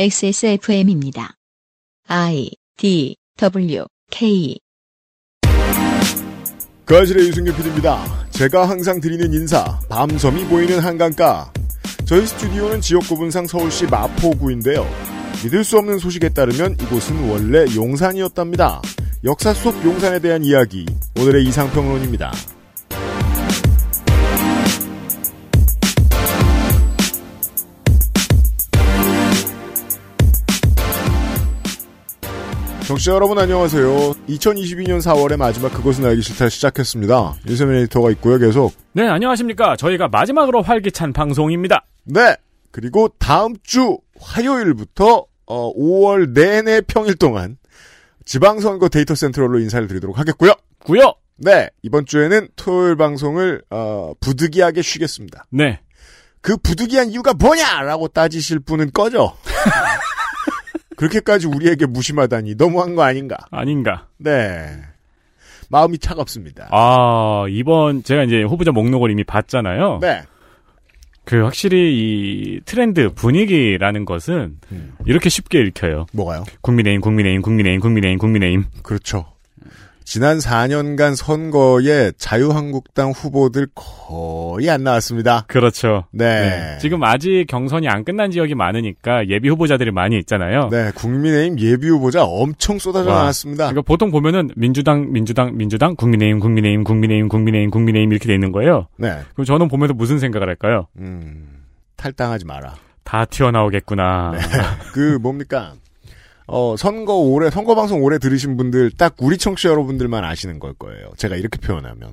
XSFM입니다. I D W K 그아실의 유승균 PD입니다. 제가 항상 드리는 인사, 밤섬이 보이는 한강가. 저희 스튜디오는 지역구분상 서울시 마포구인데요. 믿을 수 없는 소식에 따르면 이곳은 원래 용산이었답니다. 역사 속 용산에 대한 이야기, 오늘의 이상평론입니다. 정치 여러분 안녕하세요. 2022년 4월의 마지막 그것은 알기 싫다 시작했습니다. 윤세민 에디터가 있고요, 계속. 네, 안녕하십니까. 저희가 마지막으로 활기찬 방송입니다. 네. 그리고 다음 주 화요일부터 어, 5월 내내 평일 동안 지방선거 데이터 센트럴로 인사를 드리도록 하겠고요. 구요! 네. 이번 주에는 토요일 방송을 어, 부득이하게 쉬겠습니다. 네. 그 부득이한 이유가 뭐냐라고 따지실 분은 꺼져. 그렇게까지 우리에게 무심하다니 너무한 거 아닌가. 아닌가. 네. 마음이 차갑습니다. 아, 이번 제가 이제 후보자 목록을 이미 봤잖아요. 네. 그 확실히 이 트렌드 분위기라는 것은 음. 이렇게 쉽게 읽혀요. 뭐가요? 국민의힘, 국민의힘, 국민의힘, 국민의힘, 국민의힘. 그렇죠. 지난 4년간 선거에 자유한국당 후보들 거의 안 나왔습니다. 그렇죠. 네. 지금 아직 경선이 안 끝난 지역이 많으니까 예비 후보자들이 많이 있잖아요. 네, 국민의힘 예비 후보자 엄청 쏟아져 와. 나왔습니다. 그러니까 보통 보면은 민주당, 민주당, 민주당, 국민의힘, 국민의힘, 국민의힘, 국민의힘, 국민의힘 이렇게 돼 있는 거예요. 네, 그럼 저는 보면서 무슨 생각을 할까요? 음, 탈당하지 마라. 다 튀어나오겠구나. 그 뭡니까? 어, 선거 올해 선거 방송 올해 들으신 분들 딱 우리 청취자 여러분들만 아시는 걸 거예요. 제가 이렇게 표현하면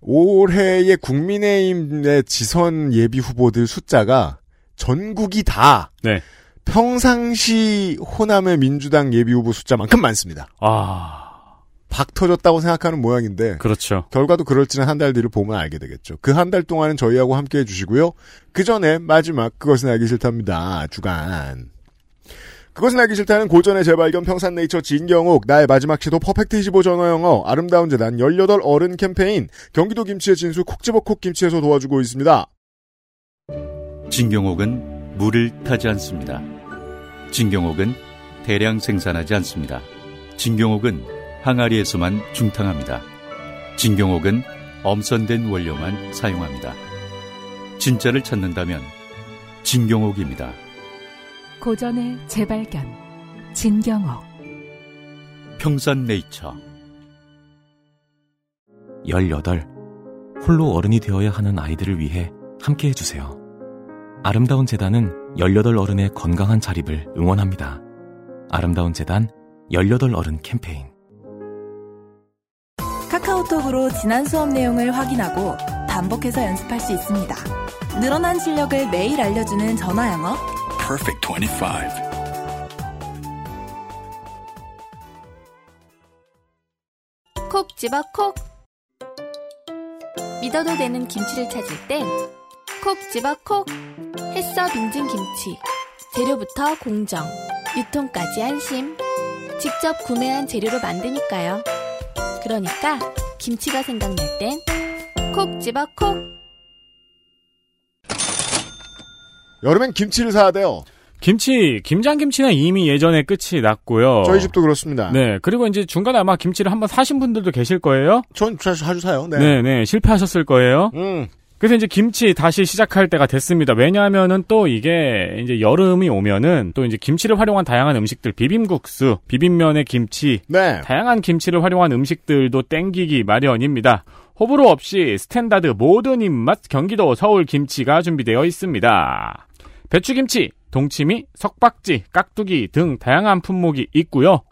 올해의 국민의힘의 지선 예비 후보들 숫자가 전국이 다 네. 평상시 호남의 민주당 예비 후보 숫자만큼 많습니다. 아, 박 터졌다고 생각하는 모양인데 그렇죠. 결과도 그럴지는 한 달 뒤를 보면 알게 되겠죠. 그 한 달 동안은 저희하고 함께 해주시고요. 그 전에 마지막 그것은 알기 싫답니다. 주간. 그것은 알기 싫다는 고전의 재발견 평산 네이처 진경옥 나의 마지막 시도 퍼펙트 25 전화 영어 아름다운 재단 18 어른 캠페인 경기도 김치의 진수 콕지버 콕김치에서 도와주고 있습니다. 진경옥은 물을 타지 않습니다. 진경옥은 대량 생산하지 않습니다. 진경옥은 항아리에서만 중탕합니다. 진경옥은 엄선된 원료만 사용합니다. 진짜를 찾는다면 진경옥입니다. 고전의 재발견 진경옥 평산 네이처 18. 홀로 어른이 되어야 하는 아이들을 위해 함께 해주세요. 아름다운 재단은 18 어른의 건강한 자립을 응원합니다. 아름다운 재단 18 어른 캠페인. 카카오톡으로 지난 수업 내용을 확인하고 반복해서 연습할 수 있습니다. 늘어난 실력을 매일 알려주는 전화 영어. Perfect 25. 콕 집어 콕 믿어도 되는 김치를 찾을 땐 콕 집어 콕 햇서 빙진 김치 재료부터 공정 유통까지 안심 직접 구매한 재료로 만드니까요 그러니까 김치가 생각날 땐 콕 집어 콕 여름엔 김치를 사야 돼요. 김치, 김장김치는 이미 예전에 끝이 났고요. 저희 집도 그렇습니다. 어. 네, 그리고 이제 중간에 아마 김치를 한번 사신 분들도 계실 거예요. 전 자주, 자주 사요. 네. 네, 네, 실패하셨을 거예요. 음, 그래서 이제 김치 다시 시작할 때가 됐습니다. 왜냐하면은 또 이게 이제 여름이 오면은 또 이제 김치를 활용한 다양한 음식들, 비빔국수, 비빔면에 김치, 네. 다양한 김치를 활용한 음식들도 땡기기 마련입니다. 호불호 없이 스탠다드 모든 입맛 경기도 서울 김치가 준비되어 있습니다. 배추김치, 동치미, 석박지, 깍두기 등 다양한 품목이 있고요.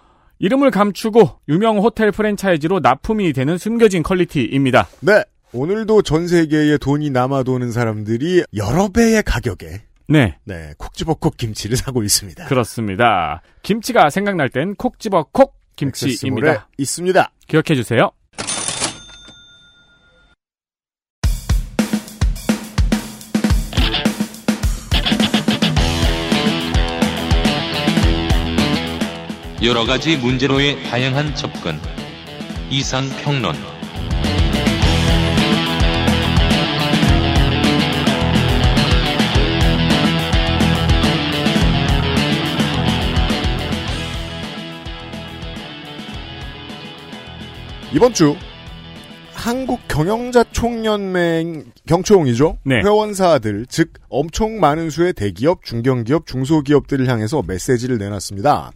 이름을 감추고 유명 호텔 프랜차이즈로 납품이 되는 숨겨진 퀄리티입니다. 네. 오늘도 전 세계에 돈이 남아도는 사람들이 여러 배의 가격에 네, 네, 콕 집어 콕 김치를 사고 있습니다. 그렇죠. 그렇습니다. 김치가 생각날 땐 콕 집어 콕 액세스몰에 김치입니다. 있습니다. 기억해 주세요. 여러 가지 문제로의 다양한 접근. 이상 평론. 이번 주 한국 경영자 총연맹 경총이죠. 네. 회원사들 즉 엄청 많은 수의 대기업, 중견기업, 중소기업들을 향해서 메시지를 내놨습니다.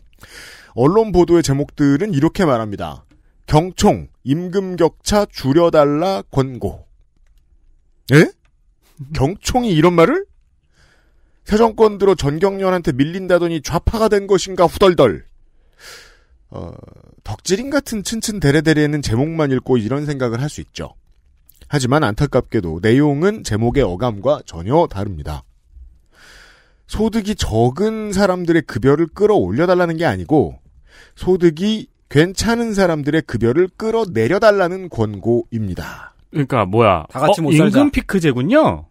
언론 보도의 제목들은 이렇게 말합니다. 경총 임금 격차 줄여달라 권고. 예? 경총이 이런 말을? 새 정권 들어 전경련한테 밀린다더니 좌파가 된 것인가 후덜덜. 어, 덕질인 같은 츤츤데레데레는 제목만 읽고 이런 생각을 할 수 있죠. 하지만 안타깝게도 내용은 제목의 어감과 전혀 다릅니다. 소득이 적은 사람들의 급여를 끌어올려달라는 게 아니고 소득이 괜찮은 사람들의 급여를 끌어내려달라는 권고입니다. 그러니까 뭐야? 다 같이 어, 못 살자. 임금 피크제군요.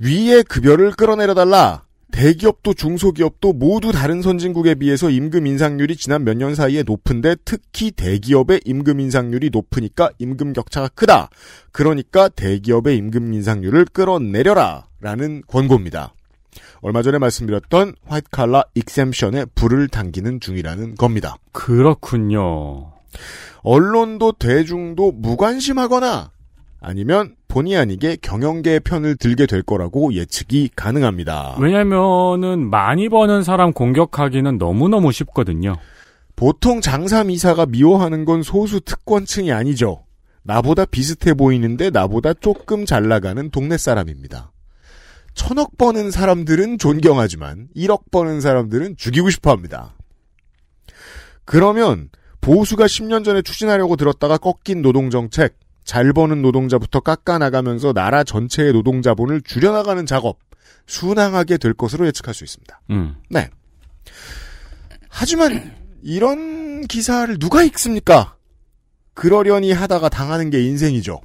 위의 급여를 끌어내려달라. 대기업도 중소기업도 모두 다른 선진국에 비해서 임금 인상률이 지난 몇 년 사이에 높은데 특히 대기업의 임금 인상률이 높으니까 임금 격차가 크다. 그러니까 대기업의 임금 인상률을 끌어내려라. 라는 권고입니다. 얼마 전에 말씀드렸던 화이트 칼라 익셈션에 불을 당기는 중이라는 겁니다. 그렇군요. 언론도 대중도 무관심하거나 아니면 본의 아니게 경영계의 편을 들게 될 거라고 예측이 가능합니다. 왜냐면은 많이 버는 사람 공격하기는 너무너무 쉽거든요. 보통 장사미사가 미워하는 건 소수 특권층이 아니죠. 나보다 비슷해 보이는데 나보다 조금 잘 나가는 동네 사람입니다. 천억 버는 사람들은 존경하지만 1억 버는 사람들은 죽이고 싶어 합니다. 그러면 보수가 10년 전에 추진하려고 들었다가 꺾인 노동정책, 잘 버는 노동자부터 깎아나가면서 나라 전체의 노동자본을 줄여나가는 작업, 순항하게 될 것으로 예측할 수 있습니다. 음. 네. 하지만 이런 기사를 누가 읽습니까? 그러려니 하다가 당하는 게 인생이죠.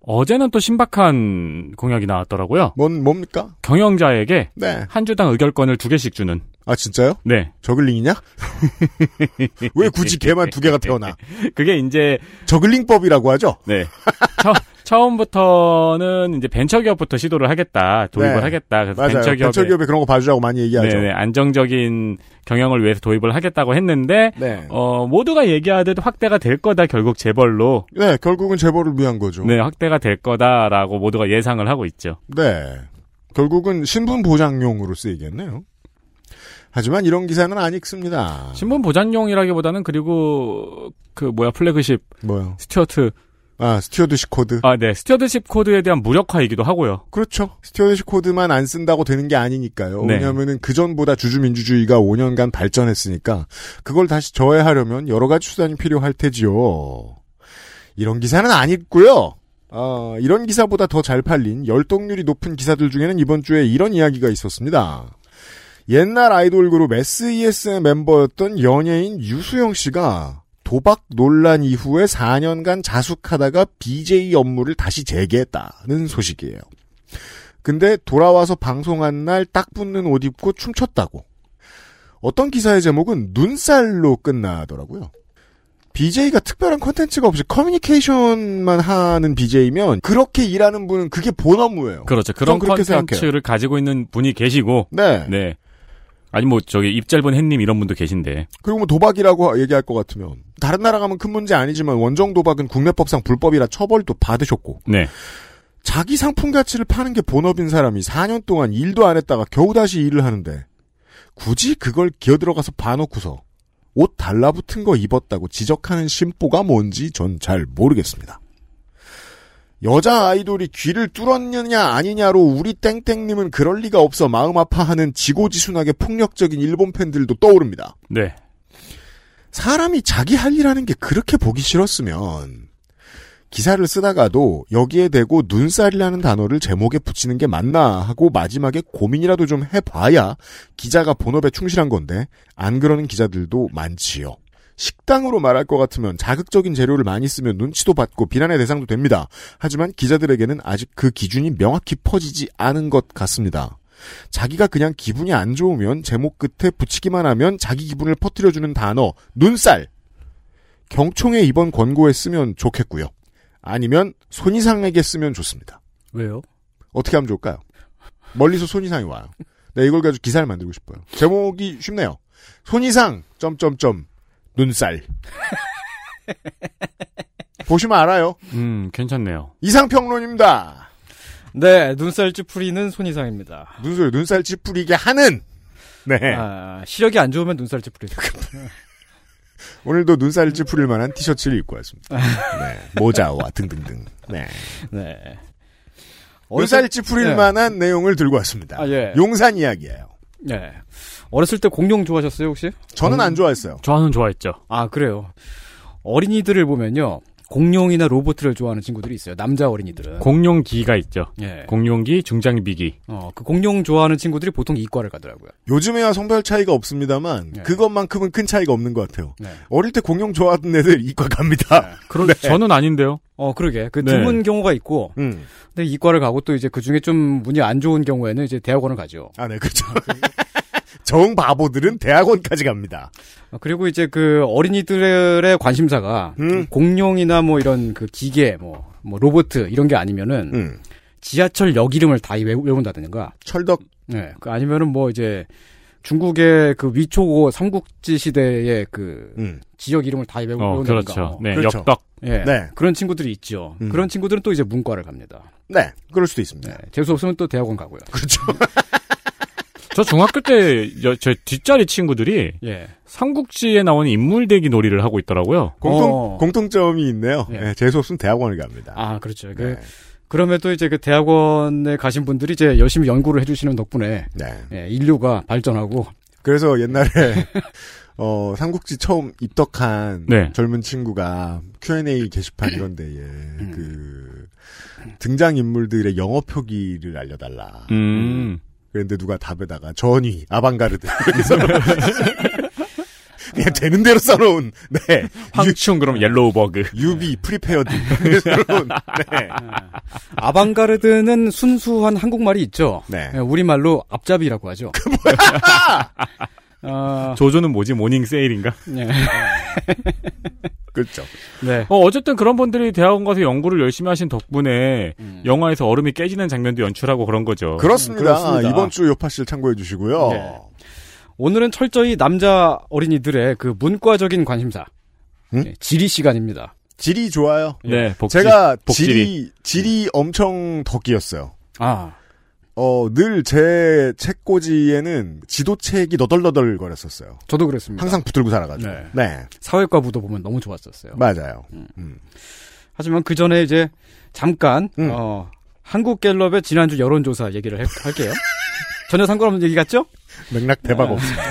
어제는 또 신박한 공약이 나왔더라고요. 뭔 뭡니까? 경영자에게 네. 한 주당 의결권을 두 개씩 주는. 아 진짜요? 네. 저글링이냐? 왜 굳이 개만 두 개가 태어나? 그게 이제 저글링법이라고 하죠. 네. 처, 처음부터는 이제 벤처기업부터 시도를 하겠다. 도입을 네. 하겠다. 그래서 맞아요. 벤처기업에 벤처기업에 그런 거 봐주라고 많이 얘기하죠. 네네, 안정적인 경영을 위해서 도입을 하겠다고 했는데 네. 어, 모두가 얘기하듯 확대가 될 거다 결국 재벌로 네, 결국은 재벌을 위한 거죠. 네, 확대가 될 거다라고 모두가 예상을 하고 있죠. 네. 결국은 신분 보장용으로 쓰이겠네요. 하지만 이런 기사는 안 읽습니다. 신문 보장용이라기보다는 그리고 그 뭐야 플래그십 뭐요? 스튜어트 아, 스튜어드시 코드. 아 네 스튜어드십 코드에 대한 무력화이기도 하고요. 그렇죠. 스튜어드시 코드만 안 쓴다고 되는 게 아니니까요. 네. 왜냐면은 그전보다 주주민주주의가 5년간 발전했으니까 그걸 다시 저해하려면 여러 가지 수단이 필요할 테지요. 이런 기사는 안 읽고요. 아, 이런 기사보다 더 잘 팔린 열독률이 높은 기사들 중에는 이번 주에 이런 이야기가 있었습니다. 옛날 아이돌 그룹 SES의 멤버였던 연예인 유수영 씨가 도박 논란 이후에 4년간 자숙하다가 BJ 업무를 다시 재개했다는 소식이에요. 근데 돌아와서 방송한 날 딱 붙는 옷 입고 춤췄다고. 어떤 기사의 제목은 눈살로 끝나더라고요. BJ가 특별한 컨텐츠가 없이 커뮤니케이션만 하는 BJ면 그렇게 일하는 분은 그게 본업무예요. 그렇죠. 그런 전 그런 그렇게 컨텐츠를 컨텐츠를 가지고 있는 분이 계시고 네. 네 아니 뭐 저기 입짧은 햇님 이런 분도 계신데 그리고 뭐 도박이라고 얘기할 것 같으면 다른 나라 가면 큰 문제 아니지만 원정 도박은 국내법상 불법이라 처벌도 받으셨고 네 자기 상품 가치를 파는 게 본업인 사람이 4년 동안 일도 안 했다가 겨우 다시 일을 하는데 굳이 그걸 기어 들어가서 봐놓고서 옷 달라붙은 거 입었다고 지적하는 심보가 뭔지 전 잘 모르겠습니다. 여자 아이돌이 귀를 뚫었느냐 아니냐로 우리 땡땡님은 그럴 리가 없어 마음 아파하는 지고지순하게 폭력적인 일본 팬들도 떠오릅니다. 네. 사람이 자기 할 일하는 게 그렇게 보기 싫었으면 기사를 쓰다가도 여기에 대고 눈살이라는 단어를 제목에 붙이는 게 맞나 하고 마지막에 고민이라도 좀 해봐야 기자가 본업에 충실한 건데 안 그러는 기자들도 많지요. 식당으로 말할 것 같으면 자극적인 재료를 많이 쓰면 눈치도 받고 비난의 대상도 됩니다. 하지만 기자들에게는 아직 그 기준이 명확히 퍼지지 않은 것 같습니다. 자기가 그냥 기분이 안 좋으면 제목 끝에 붙이기만 하면 자기 기분을 퍼뜨려주는 단어 눈살 경총에 이번 권고에 쓰면 좋겠고요. 아니면 손이상에게 쓰면 좋습니다. 왜요? 어떻게 하면 좋을까요? 멀리서 손이상이 와요. 네, 이걸 가지고 기사를 만들고 싶어요. 제목이 쉽네요. 손이상 점점점 눈살 보시면 알아요. 음, 괜찮네요. 이상평론입니다. 네, 눈살 찌푸리는 손이상입니다. 눈살, 눈살 찌푸리게 하는! 네. 아, 시력이 안 좋으면 눈살 찌푸리죠. 오늘도 눈살 찌푸릴 만한 티셔츠를 입고 왔습니다. 네. 모자와 등등등. 네. 네. 눈살 찌푸릴 네. 만한 내용을 들고 왔습니다. 아, 예. 용산 이야기예요. 네. 어렸을 때 공룡 좋아하셨어요, 혹시? 저는 안 좋아했어요. 저는 좋아했죠. 아, 그래요. 어린이들을 보면요. 공룡이나 로봇을 좋아하는 친구들이 있어요. 남자 어린이들은. 공룡기가 있죠. 예. 공룡기, 중장비기. 어, 그 공룡 좋아하는 친구들이 보통 이과를 가더라고요. 요즘에야 성별 차이가 없습니다만 네. 그것만큼은 큰 차이가 없는 것 같아요. 네. 어릴 때 공룡 좋아하던 애들 이과 갑니다. 그런 네. 저는 아닌데요. 어, 그러게. 그 네. 드문 경우가 있고, 음. 근데 이과를 가고 또 이제 그 중에 좀 문이 안 좋은 경우에는 이제 대학원을 가죠. 아, 네, 그렇죠. 정 바보들은 대학원까지 갑니다. 어, 그리고 이제 그 어린이들의 관심사가 음. 공룡이나 뭐 이런 그 기계, 뭐, 뭐 로봇 이런 게 아니면은 음. 지하철 역 이름을 다 외- 외운다든가, 철덕 네. 그 아니면은 뭐 이제 중국의 그 위초고 삼국지 시대의 그 음. 지역 이름을 다 외우- 어, 외운다든가. 그렇죠. 어, 네, 그렇죠. 역덕. 예. 네. 그런 친구들이 있죠. 음. 그런 친구들은 또 이제 문과를 갑니다. 네, 그럴 수도 네. 있습니다. 재수 없으면 또 대학원 가고요. 그렇죠. 저 중학교 때, 여- 제 뒷자리 친구들이 예. 삼국지에 나오는 인물 대기 놀이를 하고 있더라고요. 공통 어. 공통점이 있네요. 예. 네, 재수 없으면 대학원을 갑니다. 아, 그렇죠. 그, 네. 그럼에도 이제 그 대학원에 가신 분들이 이제 열심히 연구를 해주시는 덕분에 네. 예, 인류가 발전하고 그래서 옛날에 어 삼국지 처음 입덕한 네. 젊은 친구가 Q&A 게시판 이런 데에 그 등장 인물들의 영어 표기를 알려달라. 음. 그런데 누가 답에다가 전위 아방가르드 그래서 그냥 되는 대로 써놓은 네 황충 그럼 옐로우버그. 유비 프리페어드 이렇게 써놓은 네. 아방가르드는 순수한 한국말이 있죠. 네. 예, 우리말로 앞잡이라고 하죠. 어. 그 뭐야? 조조는 뭐지? 모닝 세일인가? 네. 그렇죠. 네. 어, 어쨌든 그런 분들이 대학원 가서 연구를 열심히 하신 덕분에 영화에서 얼음이 깨지는 장면도 연출하고 그런 거죠. 그렇습니다. 그렇습니다. 이번 주 요파실 참고해 주시고요. 네. 오늘은 철저히 남자 어린이들의 그 문과적인 관심사. 음? 예, 지리 시간입니다. 질이 좋아요. 예. 네, 복지. 제가 복질이. 질이 질이 엄청 덕이었어요. 네. 아, 어, 늘 제 책꽂이에는 지도책이 너덜너덜 거렸었어요. 저도 그랬습니다. 항상 붙들고 살아가지고. 네. 네. 사회과 부도 보면 너무 좋았었어요. 맞아요. 하지만 그 전에 이제 잠깐 음. 어, 한국갤럽의 지난주 여론조사 얘기를 할- 할게요. 전혀 상관없는 얘기 같죠? 맥락 대박 아. 없어요.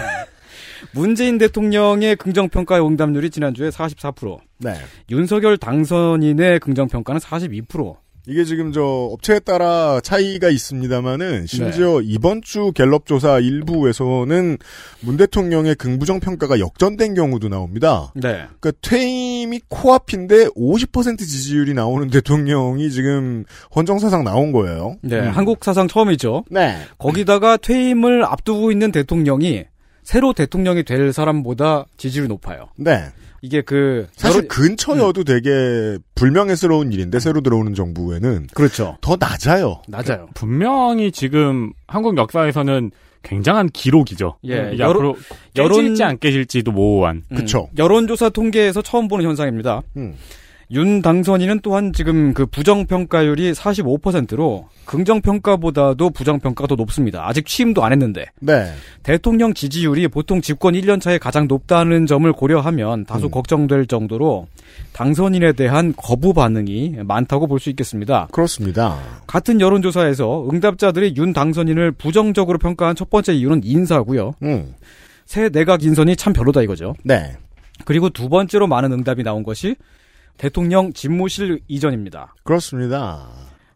문재인 대통령의 긍정평가의 응답률이 지난주에 44%, 네. 윤석열 당선인의 긍정평가는 42%. 이게 지금 저 업체에 따라 차이가 있습니다만은 네. 심지어 이번 주 갤럽 조사 일부에서는 문 대통령의 긍부정 평가가 역전된 경우도 나옵니다. 네. 그러니까 퇴임이 코앞인데 50% 지지율이 나오는 대통령이 지금 헌정사상 나온 거예요. 네, 음. 한국 사상 처음이죠. 네. 거기다가 퇴임을 앞두고 있는 대통령이 새로 대통령이 될 사람보다 지지율이 높아요. 네. 이게 그 사실 여러- 음. 근처여도 되게 불명예스러운 일인데 새로 들어오는 정부에는 그렇죠. 더 낮아요. 낮아요. 분명히 지금 한국 역사에서는 굉장한 기록이죠. 예, 이게 앞으로 여론- 여론- 깨질지 안 깨질지도 모호한. 음, 그쵸. 여론조사 통계에서 처음 보는 현상입니다. 음. 윤 당선인은 또한 지금 그 부정평가율이 45%로 긍정평가보다도 부정평가가 더 높습니다. 아직 취임도 안 했는데. 네. 대통령 지지율이 보통 집권 1년 차에 가장 높다는 점을 고려하면 다소 음. 걱정될 정도로 당선인에 대한 거부 반응이 많다고 볼 수 있겠습니다. 그렇습니다. 같은 여론조사에서 응답자들이 윤 당선인을 부정적으로 평가한 첫 번째 이유는 인사고요. 음. 새 내각 인선이 참 별로다 이거죠. 네. 그리고 두 번째로 많은 응답이 나온 것이 대통령 집무실 이전입니다. 그렇습니다.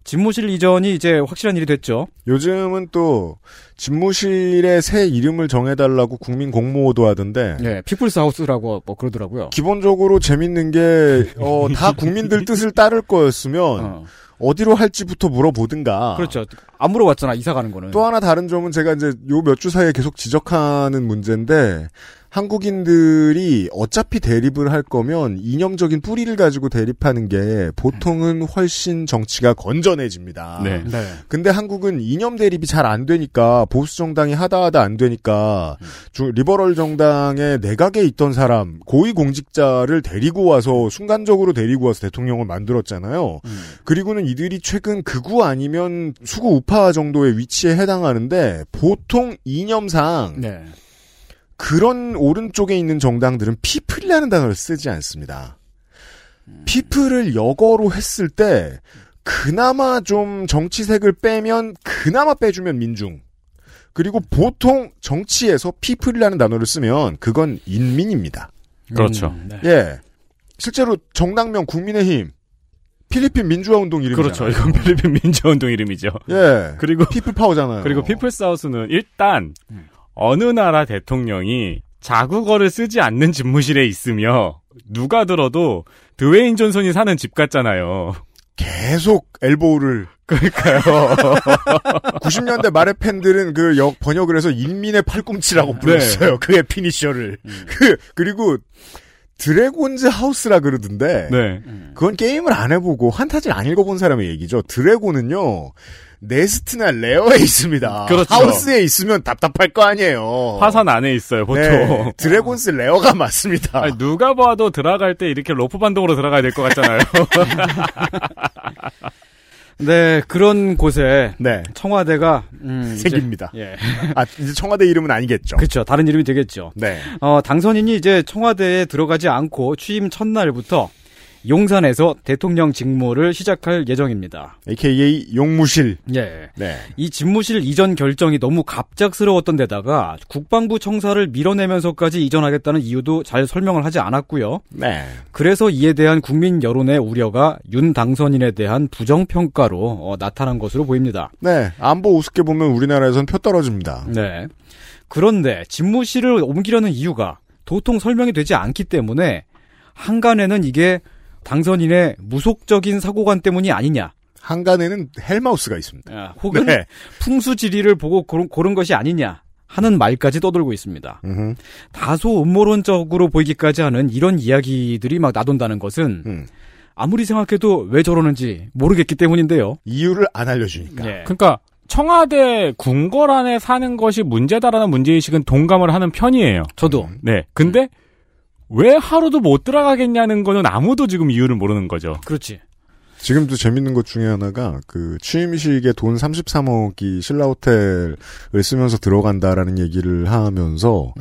집무실 이전이 이제 확실한 일이 됐죠. 요즘은 또 집무실에 새 이름을 정해달라고 국민 공모도 하던데 예, 피플스 하우스라고 뭐 그러더라고요. 기본적으로 재밌는 게 어 다 국민들 뜻을 따를 거였으면 어, 어. 디로 할지부터 물어보든가 그렇죠. 안 물어봤잖아 이사 가는 거는. 또 하나 다른 점은 제가 이제 요 몇 주 사이에 계속 지적하는 문제인데 한국인들이 어차피 대립을 할 거면 이념적인 뿌리를 가지고 대립하는 게 보통은 훨씬 정치가 건전해집니다. 네. 네. 근데 한국은 이념 대립이 잘 안 되니까 하다가 보수 정당이 하다하다 안 되니까 주- 리버럴 정당의 내각에 있던 사람 고위 공직자를 데리고 와서 순간적으로 데리고 와서 대통령을 만들었잖아요. 그리고는 이들이 최근 극우 아니면 수구 우파 정도의 위치에 해당하는데 보통 이념상 네. 그런 오른쪽에 있는 정당들은 피플이라는 단어를 쓰지 않습니다. 피플을 역어로 했을 때 그나마 좀 정치색을 빼면 그나마 빼주면 민중. 그리고 보통 정치에서 피플이라는 단어를 쓰면 그건 인민입니다. 그렇죠. 음. 예. 실제로 정당명 국민의힘 필리핀 민주화 운동 이름이죠. 그렇죠. 이건 필리핀 민주화운동 이름이죠. 예. 그리고 피플 파워잖아요. 그리고 피플사우스는 일단 어느 나라 대통령이 자국어를 쓰지 않는 집무실에 있으며 누가 들어도 드웨인 존슨이 사는 집 같잖아요. 계속 엘보우를 그러니까요. 90년대 말의 팬들은 그 역, 번역을 해서 인민의 네. 팔꿈치라고 불렀어요. 그의 피니셔를. 음. 그, 그리고 드래곤즈 하우스라 그러던데. 네. 그건 게임을 안 해보고 한타지를 안 읽어본 사람의 얘기죠. 드래곤은요. 네스트나 레어에 있습니다. 그렇죠. 하우스에 있으면 답답할 거 아니에요. 화산 안에 있어요, 보통. 네, 드래곤스 레어가 맞습니다. 아니, 누가 봐도 들어갈 때 이렇게 로프 반동으로 들어가야 될 것 같잖아요. 네, 그런 곳에 네. 청와대가 음, 이제- 생깁니다. 예. 아, 이제 청와대 이름은 아니겠죠. 그렇죠. 다른 이름이 되겠죠. 네. 어, 당선인이 이제 청와대에 들어가지 않고 취임 첫날부터 용산에서 대통령 직무를 시작할 예정입니다. AKA 용무실. 예. 네. 이 집무실 이전 결정이 너무 갑작스러웠던 데다가 국방부 청사를 밀어내면서까지 이전하겠다는 이유도 잘 설명을 하지 않았고요. 네. 그래서 이에 대한 국민 여론의 우려가 윤 당선인에 대한 부정평가로 어, 나타난 것으로 보입니다. 네. 안보 우습게 보면 우리나라에선 표 떨어집니다. 네. 그런데 집무실을 옮기려는 이유가 도통 설명이 되지 않기 때문에 한간에는 이게 당선인의 무속적인 사고관 때문이 아니냐. 한간에는 헬마우스가 있습니다. 혹은 네. 풍수지리를 보고 고른, 고른 것이 아니냐 하는 말까지 떠돌고 있습니다. 음흠. 다소 음모론적으로 보이기까지 하는 이런 이야기들이 막 나돈다는 것은 음. 아무리 생각해도 왜 저러는지 모르겠기 때문인데요. 이유를 안 알려주니까. 예. 그러니까 청와대 궁궐 안에 사는 것이 문제다라는 문제의식은 동감을 하는 편이에요. 저도 네. 근데 왜 하루도 못 들어가겠냐는 거는 아무도 지금 이유를 모르는 거죠. 그렇지. 지금도 재밌는 것 중에 하나가 그 취임식에 돈 33억이 신라호텔을 쓰면서 들어간다라는 얘기를 하면서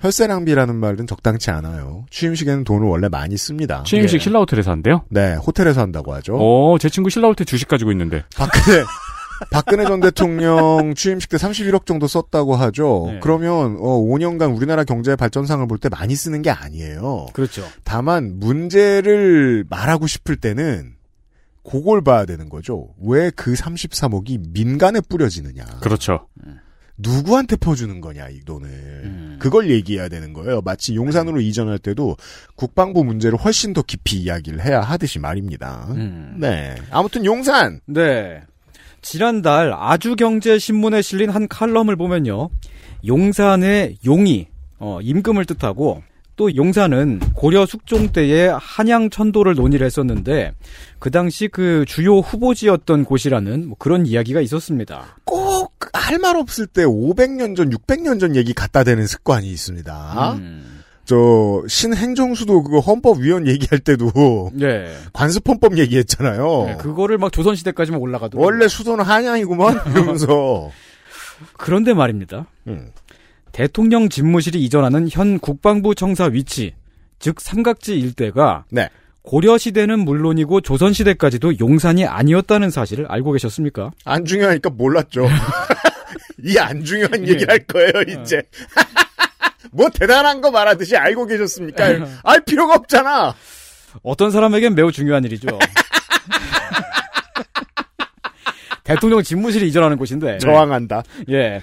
혈세낭비라는 말은 적당치 않아요. 취임식에는 돈을 원래 많이 씁니다. 취임식 예. 신라호텔에서 한대요? 네, 호텔에서 한다고 하죠. 어, 제 친구 신라호텔 주식 가지고 있는데. 박근혜 박근혜 전 대통령 취임식 때 31억 정도 썼다고 하죠. 네. 그러면 어 5년간 우리나라 경제의 발전상을 볼 때 많이 쓰는 게 아니에요. 그렇죠. 다만 문제를 말하고 싶을 때는 그걸 봐야 되는 거죠. 왜 그 33억이 민간에 뿌려지느냐. 그렇죠. 누구한테 퍼주는 거냐 이 돈을. 음. 그걸 얘기해야 되는 거예요. 마치 네. 용산으로 이전할 때도 국방부 문제를 훨씬 더 깊이 이야기를 해야 하듯이 말입니다. 음. 네. 아무튼 용산. 네. 지난달 아주경제신문에 실린 한 칼럼을 보면요. 용산의 용이 어, 임금을 뜻하고 또 용산은 고려 숙종 때에 한양 천도를 논의를 했었는데 그 당시 그 주요 후보지였던 곳이라는 뭐 그런 이야기가 있었습니다. 꼭 할 말 없을 때 500년 전, 600년 전 얘기 갖다 대는 습관이 있습니다. 음. 저 신행정수도 그거 헌법위원 얘기할 때도 네. 관습헌법 얘기했잖아요. 네, 그거를 막 조선시대까지만 올라가도 어. 원래 수도는 한양이구먼 이러면서 그런데 말입니다. 음. 대통령 집무실이 이전하는 현 국방부 청사 위치, 즉 삼각지 일대가 네. 고려시대는 물론이고 조선시대까지도 용산이 아니었다는 사실을 알고 계셨습니까? 안 중요하니까 몰랐죠. 이 안 중요한 얘기를 할 거예요 어. 이제. 뭐 대단한 거 말하듯이 알고 계셨습니까? 네. 알 필요가 없잖아. 어떤 사람에겐 매우 중요한 일이죠. 대통령 집무실이 이전하는 곳인데. 저항한다. 예.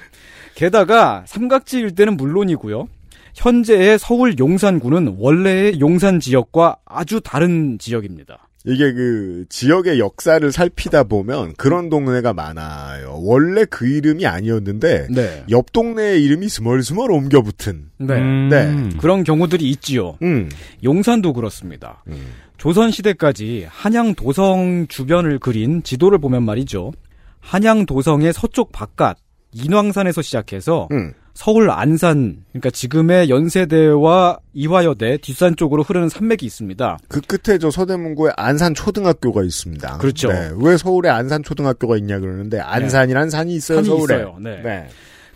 게다가 삼각지 일대는 물론이고요. 현재의 서울 용산구는 원래의 용산 지역과 아주 다른 지역입니다. 이게 그 지역의 역사를 살피다 보면 그런 동네가 많아요. 원래 그 이름이 아니었는데 네. 옆 동네의 이름이 스멀스멀 옮겨 붙은. 네. 음. 네. 그런 경우들이 있지요. 음. 용산도 그렇습니다. 음. 조선시대까지 한양도성 주변을 그린 지도를 보면 말이죠. 한양도성의 서쪽 바깥, 인왕산에서 시작해서 음. 서울 안산 그러니까 지금의 연세대와 이화여대 뒷산 쪽으로 흐르는 산맥이 있습니다. 그 끝에 저 서대문구에 안산 초등학교가 있습니다. 그렇죠. 네. 네, 왜 서울에 안산 초등학교가 있냐 그러는데 안산이란 산이 있어요 산이 서울에. 있어요. 네.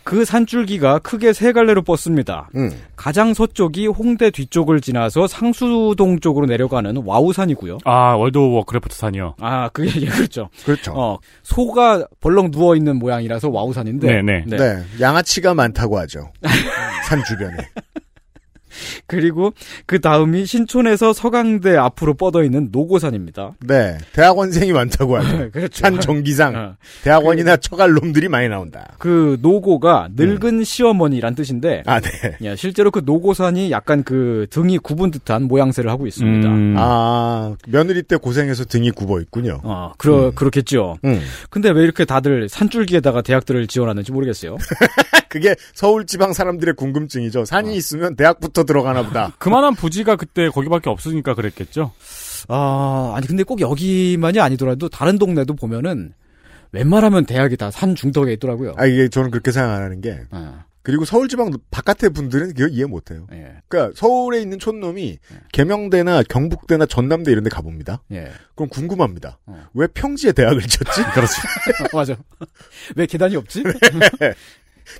그 산줄기가 크게 세 갈래로 뻗습니다. 음. 가장 서쪽이 홍대 뒤쪽을 지나서 상수동 쪽으로 내려가는 와우산이고요. 아, 월드 오브 워크래프트 산이요. 아, 그게 예, 그렇죠. 그렇죠. 어, 소가 벌렁 누워 있는 모양이라서 와우산인데. 네네. 네, 양아치가 많다고 하죠. 산 주변에. 그리고 그 다음이 신촌에서 서강대 앞으로 뻗어 있는 노고산입니다. 네, 대학원생이 많다고 하죠. 그렇죠. 산 정기상 대학원이나 처갈 놈들이 많이 나온다. 그 노고가 늙은 시어머니란 뜻인데. 아, 네. 예, 실제로 그 노고산이 약간 그 등이 굽은 듯한 모양새를 하고 있습니다. 음. 아 며느리 때 고생해서 등이 굽어 있군요. 음. 아, 그러, 그렇겠죠. 근데 왜 이렇게 다들 산줄기에다가 대학들을 지원하는지 모르겠어요. 그게 서울 지방 사람들의 궁금증이죠. 산이 있으면 대학부터 어. 들어가나 보다. 그만한 부지가 그때 거기밖에 없으니까 그랬겠죠? 아, 아니, 근데 꼭 여기만이 아니더라도 다른 동네도 보면은 웬만하면 대학이 다 산 중턱에 있더라고요. 아 이게 저는 그렇게 생각 안 하는 게 그리고 서울 지방 바깥의 분들은 그걸 이해 못해요. 그러니까 서울에 있는 촌놈이 계명대나 경북대나 전남대 이런 데 가봅니다. 예. 그럼 궁금합니다. 왜 평지에 대학을 지었지? 그렇죠. 맞아. 왜 계단이 없지?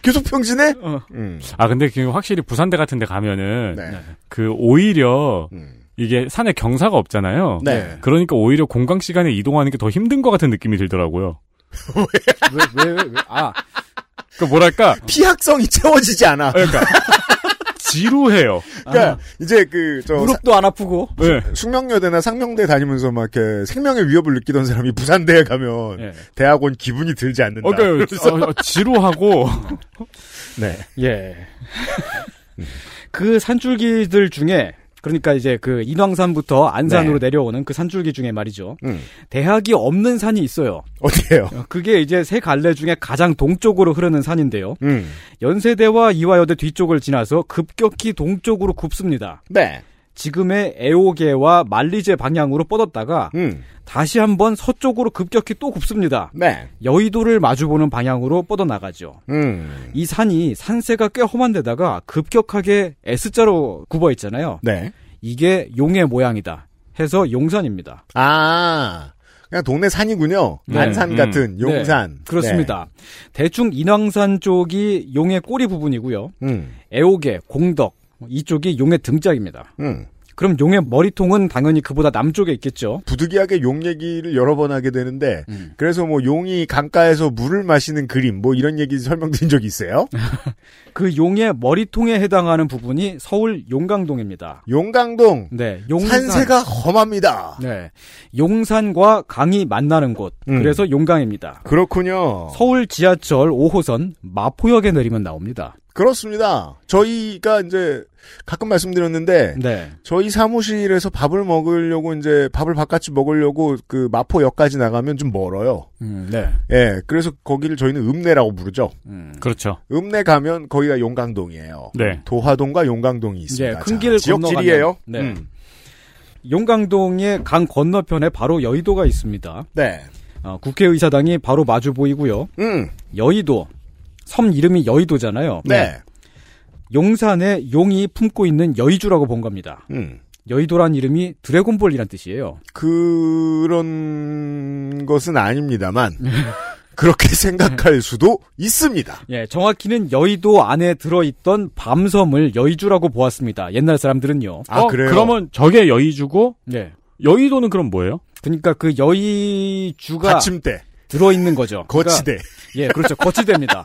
계속 평지네? 음, 아, 근데 그 확실히 부산대 같은 데 가면은 네. 그 오히려 이게 산에 경사가 없잖아요. 음. 네. 그러니까 오히려 공강 시간에 이동하는 게 더 힘든 것 같은 느낌이 들더라고요. 왜, 왜, 왜, 왜, 아. 그 뭐랄까 피학성이 채워지지 않아. 그러니까 지루해요. 그러니까 이제 그저 무릎도 안 아프고 네. 숙명여대나 상명대 다니면서 막 이렇게 생명의 위협을 느끼던 사람이 부산대에 가면 예. 대학원 기분이 들지 않는다. 어, 그러니까 그래서 어, 어, 지루하고 네. 예. 그 산줄기들 중에 그러니까 이제 그 인왕산부터 안산으로 내려오는 그 산줄기 중에 말이죠. 대학이 없는 산이 있어요. 음. 어디예요? 그게 이제 세 갈래 중에 가장 동쪽으로 흐르는 산인데요. 음. 연세대와 이화여대 뒤쪽을 지나서 급격히 동쪽으로 굽습니다. 네. 지금의 애오개와 만리제 방향으로 뻗었다가 다시 한번 서쪽으로 급격히 또 굽습니다. 음. 네. 여의도를 마주보는 방향으로 뻗어 나가죠. 음. 이 산이 산세가 꽤 험한데다가 급격하게 S자로 굽어 있잖아요. 네. 이게 용의 모양이다. 해서 용산입니다. 아. 그냥 동네 산이군요. 네. 안산 음. 같은 용산. 네, 그렇습니다. 대충 인왕산 쪽이 용의 꼬리 부분이고요. 네. 음. 애옥의 공덕 이쪽이 용의 등짝입니다. 음. 그럼 용의 머리통은 당연히 그보다 남쪽에 있겠죠. 부득이하게 용 얘기를 여러 번 하게 되는데 음. 그래서 뭐 용이 강가에서 물을 마시는 그림 뭐 이런 얘기 설명드린 적이 있어요. 그 용의 머리통에 해당하는 부분이 서울 용강동입니다. 용강동. 네, 아. 용산. 산세가 험합니다. 네, 용산과 강이 만나는 곳. 네. 그래서 용강입니다. 음. 그렇군요. 서울 지하철 5호선 마포역에 내리면 나옵니다. 그렇습니다. 저희가 이제 가끔 말씀드렸는데 네. 저희 사무실에서 밥을 먹으려고 이제 밥을 바깥이 먹으려고 그 마포역까지 나가면 좀 멀어요. 네. 예, 그래서 거기를 저희는 읍내라고 부르죠. 그렇죠. 읍내 가면 거기가 용강동이에요. 네. 도화동과 용강동이 있습니다. 예, 큰길 자, 지역질이에요. 음. 건너가면, 네. 용강동의 강 건너편에 바로 여의도가 있습니다. 네. 음. 어, 국회의사당이 바로 마주 보이고요. 여의도 섬 이름이 여의도잖아요. 네. 용산에 용이 품고 있는 여의주라고 본 겁니다. 음. 여의도란 이름이 드래곤볼이란 뜻이에요. 그런 것은 아닙니다만 네. 그렇게 생각할 수도 있습니다. 예, 정확히는 여의도 안에 들어있던 밤섬을 여의주라고 보았습니다. 옛날 사람들은요. 아, 어, 그래요? 그러면 저게 여의주고 네. 여의도는 그럼 뭐예요? 그러니까 그 여의주가 받침대, 들어있는 거죠. 거치대, 예, 그렇죠. 거치대입니다.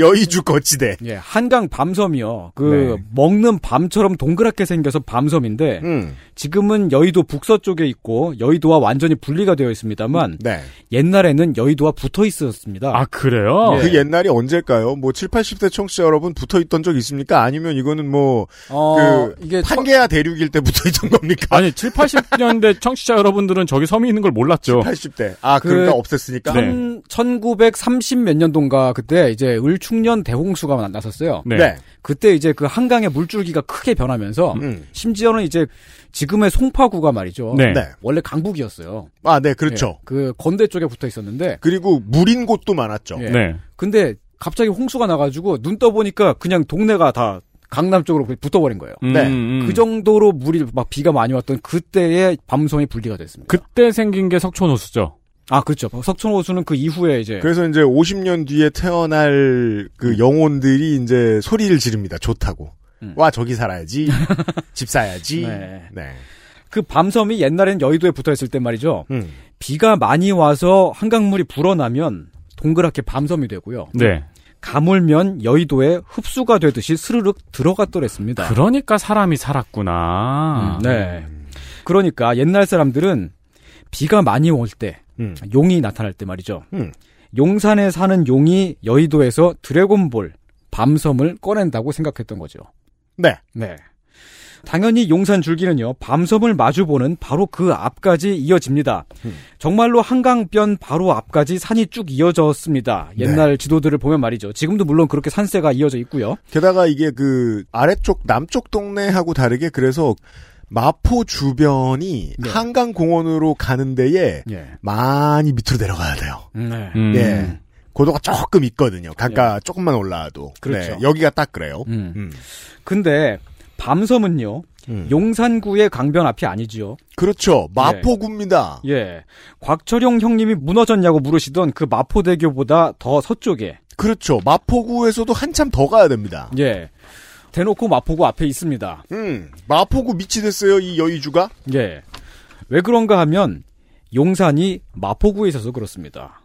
여의주 거치대. 예, 한강 밤섬이요. 네. 그 먹는 밤처럼 동그랗게 생겨서 밤섬인데 음, 지금은 여의도 북서쪽에 있고 여의도와 완전히 분리가 되어 있습니다만 네. 옛날에는 여의도와 붙어 있었습니다. 아 그래요? 그 옛날이 언제일까요? 뭐 7, 80대 청취자 여러분 붙어 있던 적 있습니까? 아니면 이거는 뭐 어, 그 이게 판게야 대륙일 때 붙어 있던 겁니까? 아니 7, 80년대 청취자 여러분들은 저기 섬이 있는 걸 몰랐죠. 80대. 아, 그- 그러니까 없앴으니까. 그렇죠. 네. 1930 몇 년도인가 그때 이제 을충년 대홍수가 나- 났었어요. 네. 네. 그때 이제 그 한강의 물줄기가 크게 변하면서 음. 심지어는 이제 지금의 송파구가 말이죠. 네. 네. 원래 강북이었어요. 아, 네, 그렇죠. 예, 그 건대 쪽에 붙어 있었는데 그리고 물인 곳도 많았죠. 예. 네. 근데 갑자기 홍수가 나가지고 눈 떠보니까 그냥 동네가 다 강남 쪽으로 그냥 붙어버린 거예요. 음, 네. 음. 그 정도로 물이 막 비가 많이 왔던 그때의 밤송이 분리가 됐습니다. 그때 생긴 게 석촌호수죠. 아, 그렇죠. 석촌호수는 그 이후에 이제 그래서 이제 50년 뒤에 태어날 그 영혼들이 이제 소리를 지릅니다. 좋다고. 음. 와, 저기 살아야지. 집 사야지. 네. 네. 그 밤섬이 옛날에는 여의도에 붙어 있을 때 말이죠. 음. 비가 많이 와서 한강물이 불어나면 동그랗게 밤섬이 되고요. 네. 가물면 여의도에 흡수가 되듯이 스르륵 들어갔더랬습니다. 그러니까 사람이 살았구나. 네. 음, 네. 그러니까 옛날 사람들은 비가 많이 올 때, 음. 용이 나타날 때 말이죠. 음. 용산에 사는 용이 여의도에서 드래곤볼, 밤섬을 꺼낸다고 생각했던 거죠. 네. 네. 당연히 용산 줄기는요, 밤섬을 마주보는 바로 그 앞까지 이어집니다. 음. 정말로 한강변 바로 앞까지 산이 쭉 이어졌습니다. 옛날 지도들을 보면 말이죠. 지금도 물론 그렇게 산세가 이어져 있고요. 게다가 이게 그 아래쪽 남쪽 동네하고 다르게 그래서 마포 주변이 네. 한강공원으로 가는 데에 예. 많이 밑으로 내려가야 돼요. 네. 음. 예. 고도가 조금 있거든요. 각각 조금만 올라와도. 그렇죠. 네, 여기가 딱 그래요. 음. 음. 근데 밤섬은요, 음. 용산구의 강변 앞이 아니지요. 그렇죠. 마포구입니다. 예. 곽철용 형님이 무너졌냐고 물으시던 그 마포대교보다 더 서쪽에. 그렇죠. 마포구에서도 한참 더 가야 됩니다. 예. 대놓고 마포구 앞에 있습니다. 음. 마포구 밑이 됐어요. 이 여의주가. 예. 왜 그런가 하면 용산이 마포구에 있어서 그렇습니다.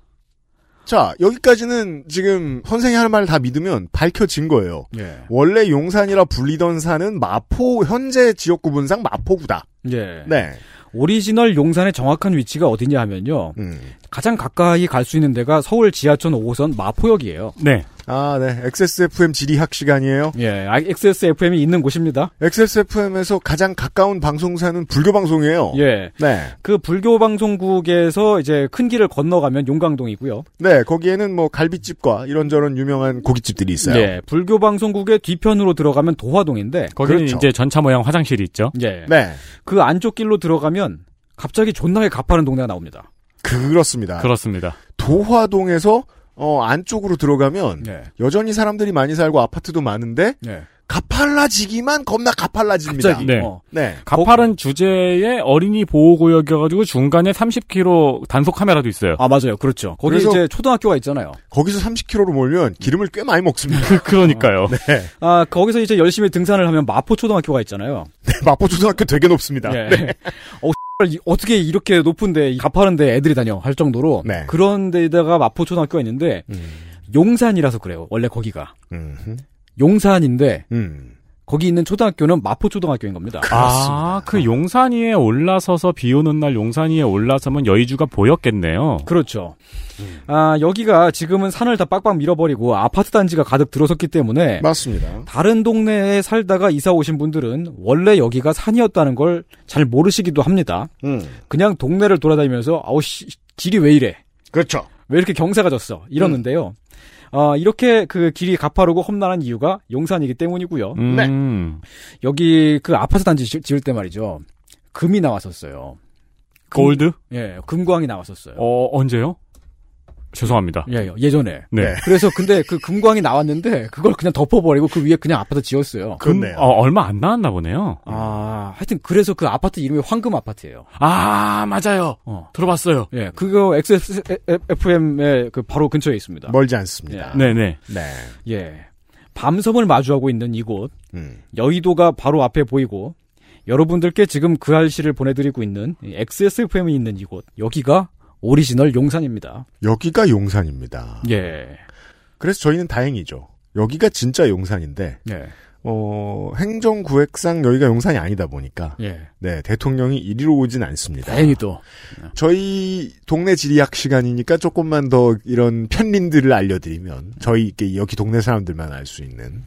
자, 여기까지는 지금 선생이 할 말 다 믿으면 밝혀진 거예요. 예. 원래 용산이라 불리던 산은 마포 현재 지역구분상 마포구다. 예. 네. 오리지널 용산의 정확한 위치가 어디냐 하면요. 음. 가장 가까이 갈 수 있는 데가 서울 지하철 5호선 마포역이에요. 네. 아, 네. XSFM 지리학 시간이에요. 예. 아, XSFM이 있는 곳입니다. XSFM에서 가장 가까운 방송사는 불교 방송이에요. 예. 네. 그 불교 방송국에서 이제 큰 길을 건너가면 용강동이고요. 네. 거기에는 뭐 갈비집과 이런저런 유명한 고깃집들이 있어요. 예, 불교 방송국의 뒤편으로 들어가면 도화동인데 거기는 그렇죠. 이제 전차 모양 화장실이 있죠. 예. 네. 그 안쪽 길로 들어가면 갑자기 존나게 가파른 동네가 나옵니다. 그렇습니다. 그렇습니다. 도화동에서 어, 안쪽으로 들어가면 예. 여전히 사람들이 많이 살고 아파트도 많은데 예. 가팔라지기만 겁나 가팔라집니다. 갑자기 네. 어. 네. 가파른 주제의 어린이 보호구역이어가지고 중간에 30km 단속 카메라도 있어요. 아, 맞아요. 그렇죠. 거기 그래서- 이제 초등학교가 있잖아요. 거기서 30km로 몰면 기름을 꽤 많이 먹습니다. 그러니까요. 네. 아, 거기서 이제 열심히 등산을 하면 마포 초등학교가 있잖아요. 네, 마포초등학교 되게 높습니다. 네. 네. 예. 어, 이- 어떻게 이렇게 높은데 이 가파른데 애들이 다녀 할 정도로 네. 그런 데다가 마포 초등학교가 있는데 음. 용산이라서 그래요. 원래 거기가 음. 용산인데 음. 거기 있는 초등학교는 마포 초등학교인 겁니다. 아, 그 용산 위에 올라서서 비 오는 날 용산 위에 올라서면 여의주가 보였겠네요. 그렇죠. 아, 여기가 지금은 산을 다 빡빡 밀어버리고 아파트 단지가 가득 들어섰기 때문에 맞습니다. 다른 동네에 살다가 이사 오신 분들은 원래 여기가 산이었다는 걸 잘 모르시기도 합니다. 음. 그냥 동네를 돌아다니면서 아우 씨 길이 왜 이래? 그렇죠. 왜 이렇게 경사가 졌어? 이러는데요. 아, 이렇게 그 길이 가파르고 험난한 이유가 용산이기 때문이고요. 음. 여기 그 아파트 단지 지- 지을 때 말이죠. 금이 나왔었어요. 금- 골드? 예, 금광이 나왔었어요. 어, 언제요? 죄송합니다. 예, 예, 예전에. 네. 그래서 근데 그 금광이 나왔는데 그걸 그냥 덮어버리고 그 위에 그냥 아파트 지었어요. 금, 그렇네요. 어, 얼마 안 나왔나 보네요. 아, 하여튼 그래서 그 아파트 이름이 황금 아파트예요. 아, 맞아요. 어. 들어봤어요. 예, 그거 XFM의 그 바로 근처에 있습니다. 멀지 않습니다. 네네. 네. 예. 밤섬을 마주하고 있는 이곳, 음. 여의도가 바로 앞에 보이고, 여러분들께 지금 그 할시를 보내드리고 있는 이 XSFM이 있는 이곳, 여기가 오리지널 용산입니다. 여기가 용산입니다. 예. 그래서 저희는 다행이죠. 여기가 진짜 용산인데 예. 어, 행정구획상 여기가 용산이 아니다 보니까 예. 네 대통령이 이리로 오진 아, 않습니다. 다행히도. 저희 동네 지리학 시간이니까 조금만 더 이런 편린들을 알려드리면 저희 이렇게 여기 동네 사람들만 알 수 있는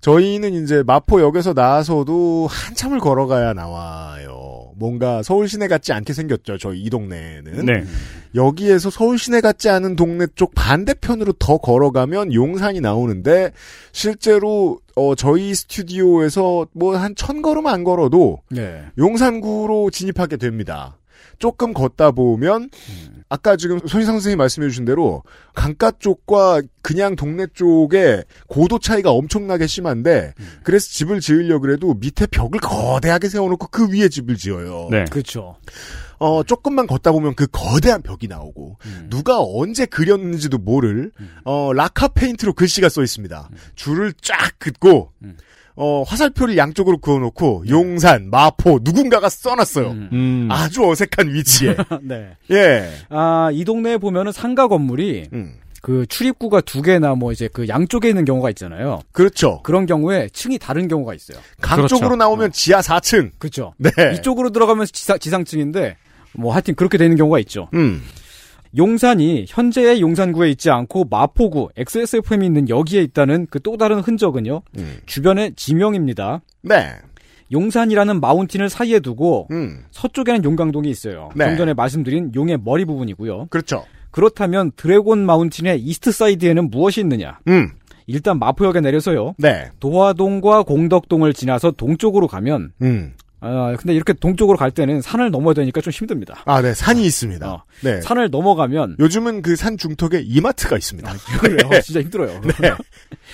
저희는 이제 마포역에서 나와서도 한참을 걸어가야 나와요. 뭔가 서울 시내 같지 않게 생겼죠. 저희 이 동네는 네. 여기에서 서울 시내 같지 않은 동네 쪽 반대편으로 더 걸어가면 용산이 나오는데 실제로 어, 저희 스튜디오에서 뭐 한 천 걸음 안 걸어도 예. 용산구로 진입하게 됩니다. 조금 걷다 보면 아까 지금 손희상 선생님이 말씀해 주신 대로 강가 쪽과 그냥 동네 쪽에 고도 차이가 엄청나게 심한데 그래서 집을 지으려고 그래도 밑에 벽을 거대하게 세워놓고 그 위에 집을 지어요. 네. 그렇죠. 어, 조금만 걷다 보면 그 거대한 벽이 나오고, 음. 누가 언제 그렸는지도 모를, 어, 라카 페인트로 글씨가 써 있습니다. 음. 줄을 쫙 긋고, 어, 화살표를 양쪽으로 그어놓고, 네. 용산, 마포, 누군가가 써놨어요. 음. 아주 어색한 위치에. 네. 예. 아, 이 동네에 보면은 상가 건물이 음. 그 출입구가 두 개나 뭐 이제 그 양쪽에 있는 경우가 있잖아요. 그렇죠. 그런 경우에 층이 다른 경우가 있어요. 강 그렇죠. 쪽으로 나오면 지하 4층. 그렇죠. 네. 음. 이쪽으로 들어가면 지상, 지상층인데 뭐 하여튼 그렇게 되는 경우가 있죠. 음. 용산이 현재의 용산구에 있지 않고 마포구 XSFM이 있는 여기에 있다는 그 또 다른 흔적은요. 음. 주변의 지명입니다. 네. 용산이라는 마운틴을 사이에 두고 음. 서쪽에는 용강동이 있어요. 네. 좀 전에 말씀드린 용의 머리 부분이고요. 그렇죠. 그렇다면 드래곤 마운틴의 이스트 사이드에는 무엇이 있느냐? 음. 일단 마포역에 내려서요. 네. 도화동과 공덕동을 지나서 동쪽으로 가면 음. 아 근데 이렇게 동쪽으로 갈 때는 산을 넘어야 되니까 좀 힘듭니다. 아, 네. 산이 있습니다. 어. 네. 산을 넘어가면 요즘은 그 산 중턱에 이마트가 있습니다. 그래요. 진짜 힘들어요. 네.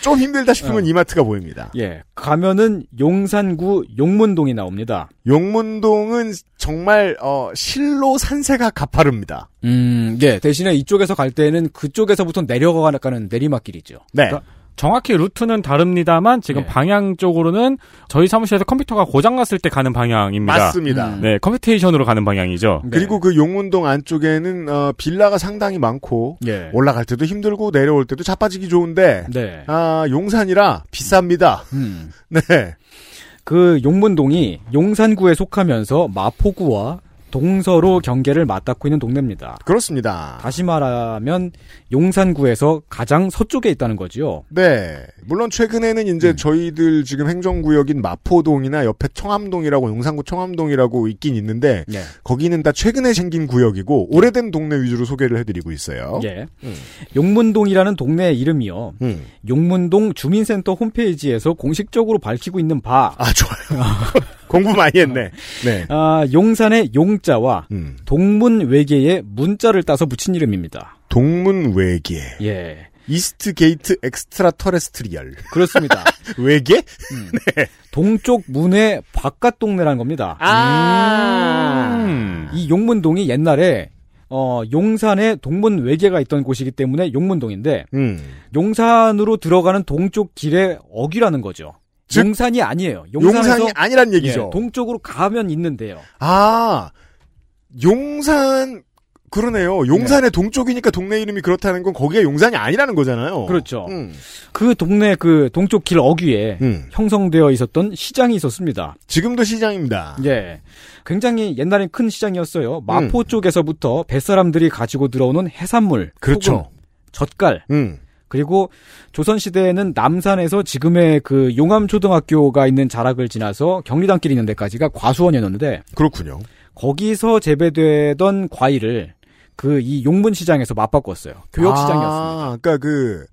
좀 힘들다 싶으면 어. 이마트가 보입니다. 예, 가면은 용산구 용문동이 나옵니다. 용문동은 정말 어, 실로 산세가 가파릅니다. 음, 예, 대신에 이쪽에서 갈 때는 그쪽에서부터 내려가는 내리막길이죠. 네. 그러니까- 정확히 루트는 다릅니다만 지금 네. 방향 쪽으로는 저희 사무실에서 컴퓨터가 고장났을 때 가는 방향입니다. 맞습니다. 음. 네, 컴퓨테이션으로 가는 방향이죠. 네. 그리고 그 용문동 안쪽에는 어, 빌라가 상당히 많고 예, 올라갈 때도 힘들고 내려올 때도 자빠지기 좋은데 네, 아, 용산이라 비쌉니다. 음, 네. 그 용문동이 용산구에 속하면서 마포구와 동서로 경계를 맞닿고 있는 동네입니다. 그렇습니다. 다시 말하면 용산구에서 가장 서쪽에 있다는 거지요. 네. 물론 최근에는 이제 저희들 지금 행정구역인 마포동이나 옆에 청암동이라고 용산구 청암동이라고 있긴 있는데 네. 거기는 다 최근에 생긴 구역이고 오래된 동네 위주로 소개를 해드리고 있어요. 예. 음. 용문동이라는 동네의 이름이요. 음. 용문동 주민센터 홈페이지에서 공식적으로 밝히고 있는 바, 아 좋아요. 공부 많이 했네. 네. 아, 용산의 용자와 음. 동문 외계의 문자를 따서 붙인 이름입니다. 동문 외계 예. 이스트 게이트 엑스트라 터레스트리얼 그렇습니다. 외계? 동쪽 문의 바깥 동네라는 겁니다. 아. 음. 이 용문동이 옛날에 어, 용산에 동문 외계가 있던 곳이기 때문에 용문동인데 음. 용산으로 들어가는 동쪽 길의 어귀라는 거죠. 즉, 용산이 아니에요. 용산에서 용산이 아니란 얘기죠. 예, 동쪽으로 가면 있는데요. 아 용산 그러네요. 예. 용산의 동쪽이니까 동네 이름이 그렇다는 건 거기가 용산이 아니라는 거잖아요. 그렇죠. 음. 그 동네 그 동쪽 길 어귀에 음. 형성되어 있었던 시장이 있었습니다. 지금도 시장입니다. 예. 굉장히 옛날엔 큰 시장이었어요. 마포 쪽에서부터 뱃사람들이 가지고 들어오는 해산물. 그렇죠. 소금, 젓갈. 음. 그리고 조선시대에는 남산에서 지금의 그 용암초등학교가 있는 자락을 지나서 경리단길 있는 데까지가 과수원이었는데 그렇군요. 거기서 재배되던 과일을 그 이 용문시장에서 맛바꿨어요. 교역시장이었습니다. 아, 그러니까 그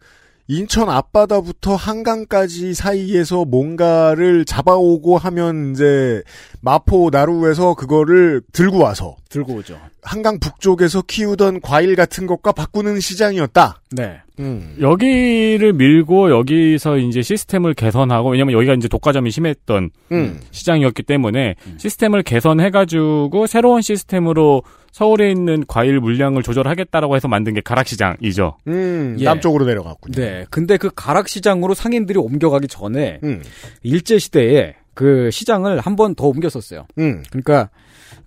인천 앞바다부터 한강까지 사이에서 뭔가를 잡아오고 하면 이제 마포 나루에서 그거를 들고 와서 들고 오죠. 한강 북쪽에서 키우던 과일 같은 것과 바꾸는 시장이었다. 네. 음. 여기를 밀고 여기서 이제 시스템을 개선하고 왜냐면 여기가 이제 독과점이 심했던 음. 시장이었기 때문에 시스템을 개선해가지고 새로운 시스템으로 서울에 있는 과일 물량을 조절하겠다라고 해서 만든 게 가락시장이죠. 음. 예. 남쪽으로 내려갔군요. 네. 근데 그 가락시장으로 상인들이 옮겨가기 전에 음. 일제시대에 그 시장을 한 번 더 옮겼었어요. 음. 그러니까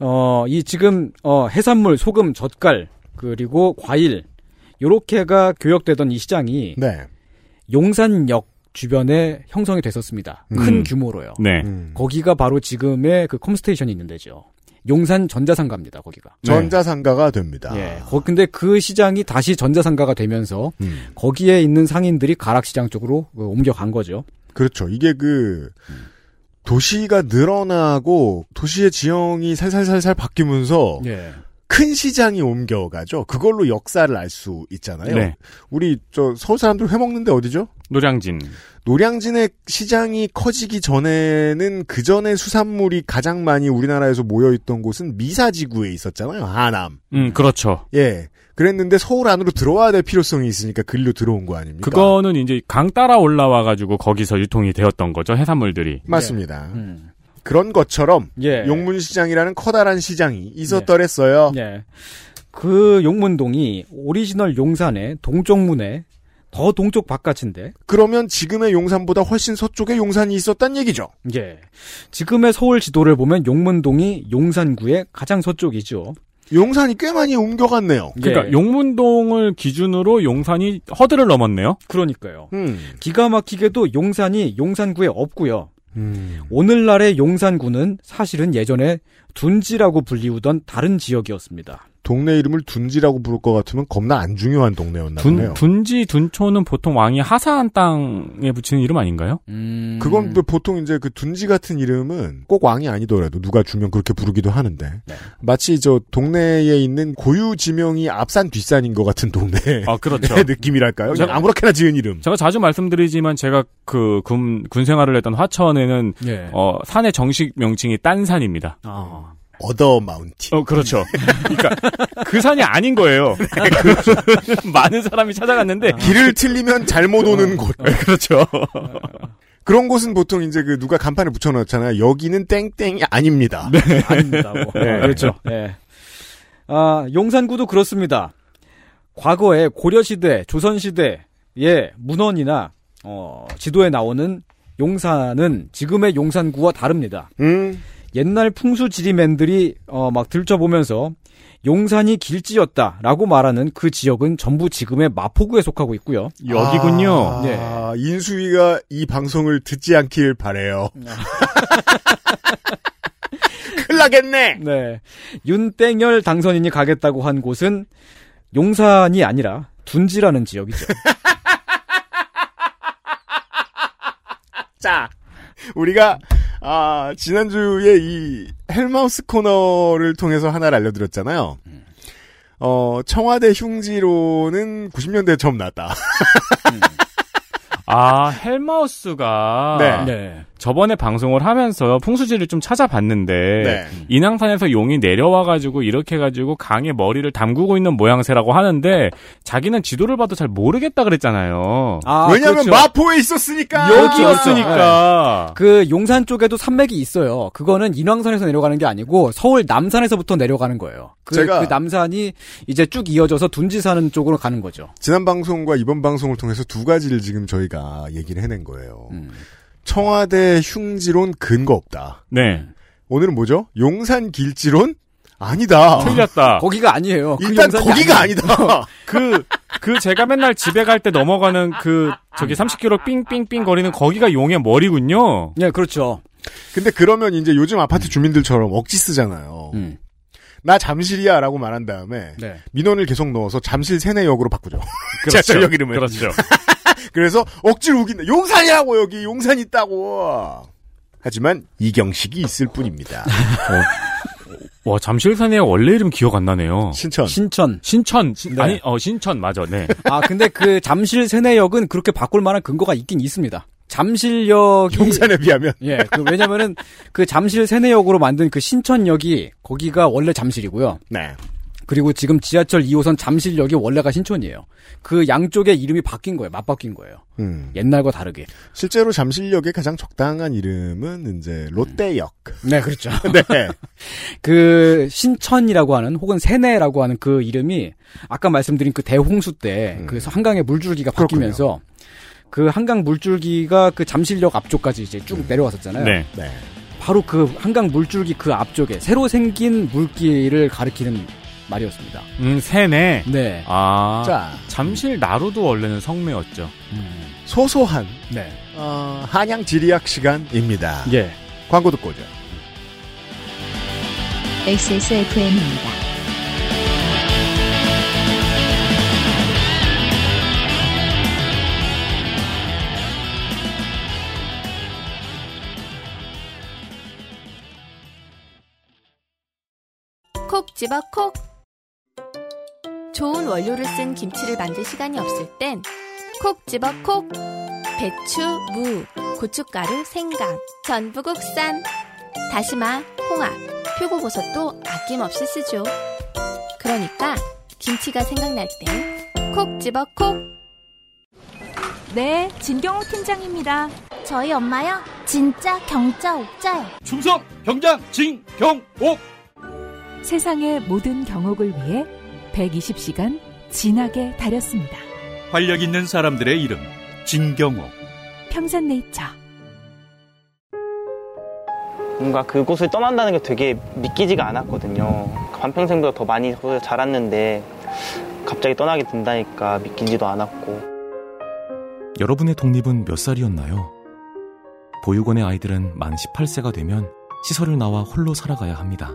어, 이 지금 어, 해산물, 소금, 젓갈 그리고 과일 요렇게가 교역되던 이 시장이 네. 용산역 주변에 형성이 됐었습니다. 큰 음. 규모로요. 네. 음. 거기가 바로 지금의 그 컴스테이션이 있는 데죠. 용산 전자상가입니다. 거기가. 전자상가가 됩니다. 네. 예. 거, 근데 그 시장이 다시 전자상가가 되면서 음. 거기에 있는 상인들이 가락시장 쪽으로 그 옮겨간 거죠. 그렇죠. 이게 그 도시가 늘어나고 도시의 지형이 살살살살 바뀌면서 예. 큰 시장이 옮겨가죠. 그걸로 역사를 알 수 있잖아요. 네. 우리 저 서울 사람들 회 먹는데 어디죠? 노량진. 노량진의 시장이 커지기 전에는 그 전에 수산물이 가장 많이 우리나라에서 모여있던 곳은 미사지구에 있었잖아요. 하남. 음, 그렇죠. 예. 그랬는데 서울 안으로 들어와야 될 필요성이 있으니까 그리로 들어온 거 아닙니까? 그거는 이제 강 따라 올라와가지고 거기서 유통이 되었던 거죠, 해산물들이. 맞습니다. 음. 그런 것처럼 네. 예. 용문시장이라는 커다란 시장이 있었더랬어요. 예. 그 용문동이 오리지널 용산의 동쪽문에 더 동쪽 바깥인데 그러면 지금의 용산보다 훨씬 서쪽에 용산이 있었단 얘기죠. 예. 지금의 서울 지도를 보면 용문동이 용산구의 가장 서쪽이죠. 용산이 꽤 많이 옮겨갔네요. 예. 그러니까 용문동을 기준으로 용산이 허들을 넘었네요. 그러니까요. 음. 기가 막히게도 용산이 용산구에 없고요. 음. 오늘날의 용산구는 사실은 예전에 둔지라고 불리우던 다른 지역이었습니다. 동네 이름을 둔지라고 부를 것 같으면 겁나 안 중요한 동네였나 보네요. 둔, 둔지, 둔초는 보통 왕이 하사한 땅에 붙이는 이름 아닌가요? 네. 그건 뭐 보통 이제 그 둔지 같은 이름은 꼭 왕이 아니더라도 누가 주면 그렇게 부르기도 하는데 마치 저 동네에 있는 고유 지명이 앞산 뒷산인 것 같은 동네 아, 그렇죠. 의 느낌이랄까요? 그냥 제가- 아무렇게나 지은 이름. 제가 자주 말씀드리지만 제가 그 군, 군 생활을 했던 화천에는 예. 어, 산의 정식 명칭이 딴 산입니다. 어더 마운틴. 어, 그렇죠. 그러니까 그 산이 아닌 거예요. 네. 그- 많은 사람이 찾아갔는데 어. 길을 틀리면 잘못 오는 곳. 그렇죠. 그런 곳은 보통 이제 그 누가 간판을 붙여놨잖아요. 여기는 땡땡이 아닙니다. 아닙니다고. 네. 그렇죠. 예. 아, 용산구도 그렇습니다. 과거에 고려시대, 조선시대의 문헌이나 어, 지도에 나오는 용산은 지금의 용산구와 다릅니다. 음. 옛날 풍수지리맨들이 어, 막 들춰보면서 용산이 길지였다라고 말하는 그 지역은 전부 지금의 마포구에 속하고 있고요. 여기군요. 네. 아, 인수위가 이 방송을 듣지 않길 바래요. 큰일 나겠네. 네. 윤땡열 당선인이 가겠다고 한 곳은 용산이 아니라 둔지라는 지역이죠. 자, 우리가 아, 지난주에 이 헬마우스 코너를 통해서 하나를 알려드렸잖아요. 어, 청와대 흉지로는 90년대 처음 났다. 아, 헬마우스가 네. 저번에 방송을 하면서 풍수지를 좀 찾아봤는데 네. 인왕산에서 용이 내려와 가지고 이렇게 해 가지고 강에 머리를 담그고 있는 모양새라고 하는데 자기는 지도를 봐도 잘 모르겠다 그랬잖아요. 아, 왜냐하면 그렇죠. 마포에 있었으니까. 네. 여기였으니까. 그 용산 쪽에도 산맥이 있어요. 그거는 인왕산에서 내려가는 게 아니고 서울 남산에서부터 내려가는 거예요. 그, 제가- 그 남산이 이제 쭉 이어져서 둔지 사는 쪽으로 가는 거죠. 지난 방송과 이번 방송을 통해서 두 가지를 지금 저희가 얘기를 해낸 거예요. 음. 청와대 흉지론 근거 없다. 네. 오늘은 뭐죠? 용산 길지론 아니다. 틀렸다. 거기가 아니에요. 그 일단 용산이 거기가 아니에요. 아니다. 그, 그 제가 맨날 집에 갈 때 넘어가는 그, 저기 30km 삥삥삥 거리는 거기가 용의 머리군요. 네, 그렇죠. 근데 그러면 이제 요즘 아파트 주민들처럼 억지 쓰잖아요. 음. 나 잠실이야 라고 말한 다음에 네. 민원을 계속 넣어서 잠실 세내역으로 바꾸죠. 지하철역 이름을. 그렇죠. 그래서 억지로 우긴다. 용산이라고 여기 용산 있다고. 하지만 이경식이 있을 뿐입니다. 아, 와, 잠실산에 원래 이름 기억 안 나네요. 신천. 신천. 신천, 신- 네. 아니, 어, 신천, 맞아, 네. 아, 근데 그 잠실 세내역은 그렇게 바꿀 만한 근거가 있긴 있습니다. 잠실역이 용산에 비하면 예, 그 왜냐면은 그 잠실 세내역으로 만든 그 신천역이 거기가 원래 잠실이고요. 네. 그리고 지금 지하철 2호선 잠실역이 원래가 신촌이에요. 그 양쪽의 이름이 바뀐 거예요. 맞바뀐 거예요. 음. 옛날과 다르게. 실제로 잠실역의 가장 적당한 이름은 이제 롯데역. 음. 네, 그렇죠. 네. 그 신천이라고 하는 혹은 세내라고 하는 그 이름이 아까 말씀드린 그 대홍수 때 음. 그 한강의 물줄기가 바뀌면서 그 한강 물줄기가 그 잠실역 앞쪽까지 이제 쭉 내려왔었잖아요. 네. 네. 바로 그 한강 물줄기 그 앞쪽에 새로 생긴 물길을 가리키는 말이었습니다. 음, 세네. 네. 아. 자, 잠실 나루도 원래는 성매였죠. 소소한 네. 어, 한양 지리학 시간입니다. 예. 광고 듣고 오죠. XSFM입니다. 콕 집어 콕 좋은 원료를 쓴 김치를 만들 시간이 없을 땐 콕 집어 콕 배추, 무, 고춧가루, 생강, 전부 국산 다시마, 홍합, 표고버섯도 아낌없이 쓰죠. 그러니까 김치가 생각날 땐 콕 집어 콕 네, 진경호 팀장입니다. 저희 엄마요? 진짜 경자 옥자요. 충성 경장 진경옥 세상의 모든 경옥을 위해 120시간 진하게 다렸습니다. 활력 있는 사람들의 이름 진경옥 평산네이처. 뭔가 그곳을 떠난다는 게 되게 믿기지가 않았거든요. 반평생보다 더 많이 거기서 자랐는데 갑자기 떠나게 된다니까 믿기지도 않았고 여러분의 독립은 몇 살이었나요? 보육원의 아이들은 만 18세가 되면 시설을 나와 홀로 살아가야 합니다.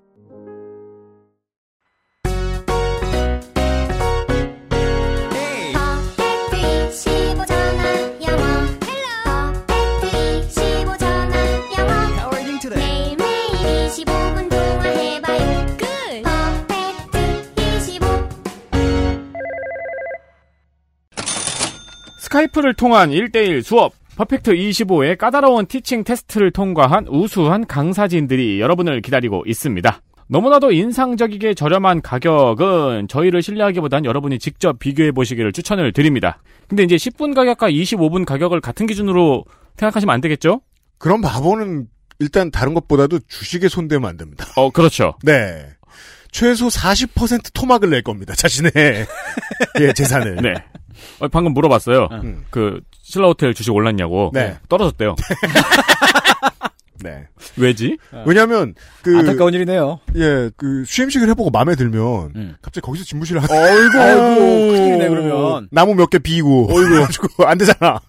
매일매일 25분 동안 해봐요 Good. 퍼펙트 25 스카이프를 통한 1대1 수업 퍼펙트 25의 까다로운 티칭 테스트를 통과한 우수한 강사진들이 여러분을 기다리고 있습니다. 너무나도 인상적이게 저렴한 가격은 저희를 신뢰하기보단 여러분이 직접 비교해 보시기를 추천을 드립니다. 근데 이제 10분 가격과 25분 가격을 같은 기준으로 생각하시면 안 되겠죠? 그럼 바보는 일단 다른 것보다도 주식에 손대면 안 됩니다. 어, 그렇죠. 네. 최소 40% 토막을 낼 겁니다. 자신의 예, 재산을. 네. 어, 방금 물어봤어요. 그 신라 호텔 주식 올랐냐고. 네. 떨어졌대요. 네. 왜지? 왜냐하면 그 아. 안타까운 일이네요. 예, 그 수임식을 해보고 마음에 들면 갑자기 거기서 진무실을 하고 어이구, 큰일이네, 그러면. 나무 몇 개 비고 어이구 안 되잖아.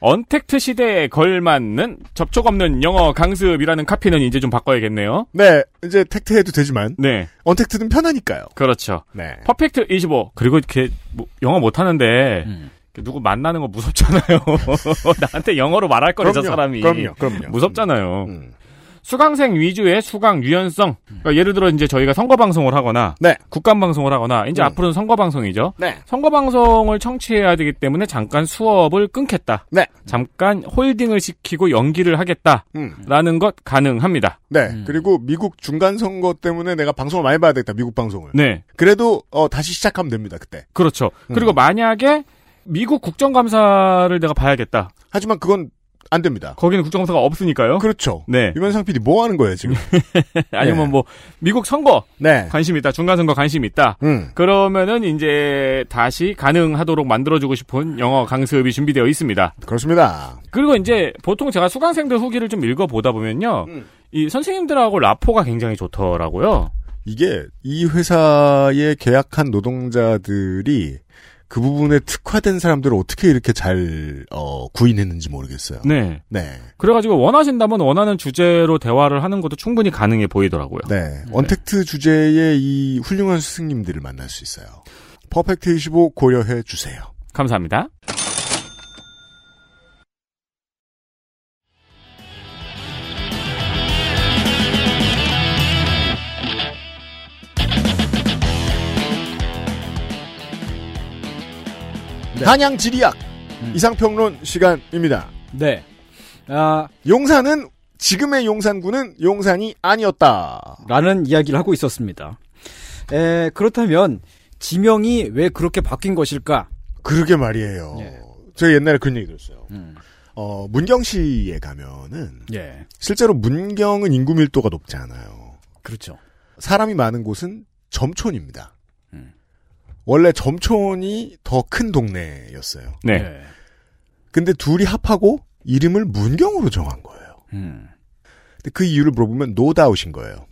언택트 시대에 걸맞는 접촉 없는 영어 강습이라는 카피는 이제 좀 바꿔야겠네요. 네, 이제 택트해도 되지만 네. 언택트는 편하니까요. 그렇죠. 네. 퍼펙트 25. 그리고 이렇게 뭐 영어 못하는데 음. 이렇게 누구 만나는 거 무섭잖아요. 나한테 영어로 말할 거래 저 그럼요, 사람이. 그럼요, 음, 그럼요. 무섭잖아요. 수강생 위주의 수강 유연성. 음. 그러니까 예를 들어 이제 저희가 선거 방송을 하거나 국감 방송을 하거나 네. 이제 앞으로는 선거 방송이죠. 선거 방송을 청취해야 되기 때문에 잠깐 수업을 끊겠다. 잠깐 홀딩을 시키고 연기를 하겠다라는 것 가능합니다. 음. 네. 그리고 미국 중간 선거 때문에 내가 방송을 많이 봐야 되겠다. 미국 방송을. 네. 그래도 어, 다시 시작하면 됩니다. 그때. 그렇죠. 음. 그리고 만약에 미국 국정감사를 내가 봐야겠다. 하지만 그건 안 됩니다. 거기는 국정감사가 없으니까요. 그렇죠. 네. 유면상 PD 뭐 하는 거예요 지금? 아니면 네. 뭐 미국 선거 네. 관심 있다. 중간 선거 관심 있다. 음. 그러면은 이제 다시 가능하도록 만들어주고 싶은 영어 강습이 준비되어 있습니다. 그렇습니다. 그리고 이제 보통 제가 수강생들 후기를 좀 읽어보다 보면요. 음. 이 선생님들하고 라포가 굉장히 좋더라고요. 아. 이게 이 회사에 계약한 노동자들이 그 부분에 특화된 사람들을 어떻게 이렇게 잘 어, 구인했는지 모르겠어요. 네. 네. 그래가지고 원하신다면 원하는 주제로 대화를 하는 것도 충분히 가능해 보이더라고요. 네. 언택트 주제의 이 훌륭한 스승님들을 만날 수 있어요. 퍼펙트 25 고려해 주세요. 감사합니다. 한양 지리학 이상평론 시간입니다. 네. 아, 용산은 지금의 용산구는 용산이 아니었다. 라는 이야기를 하고 있었습니다. 에, 그렇다면 지명이 왜 그렇게 바뀐 것일까? 그러게 말이에요. 제가 옛날에 그런 얘기 들었어요. 어, 문경시에 가면은 예. 실제로 문경은 인구 밀도가 높지 않아요. 그렇죠. 사람이 많은 곳은 점촌입니다. 원래 점촌이 더 큰 동네였어요. 네. 예. 근데 둘이 합하고 이름을 문경으로 정한 거예요. 음. 근데 그 이유를 물어보면 노다우신 거예요.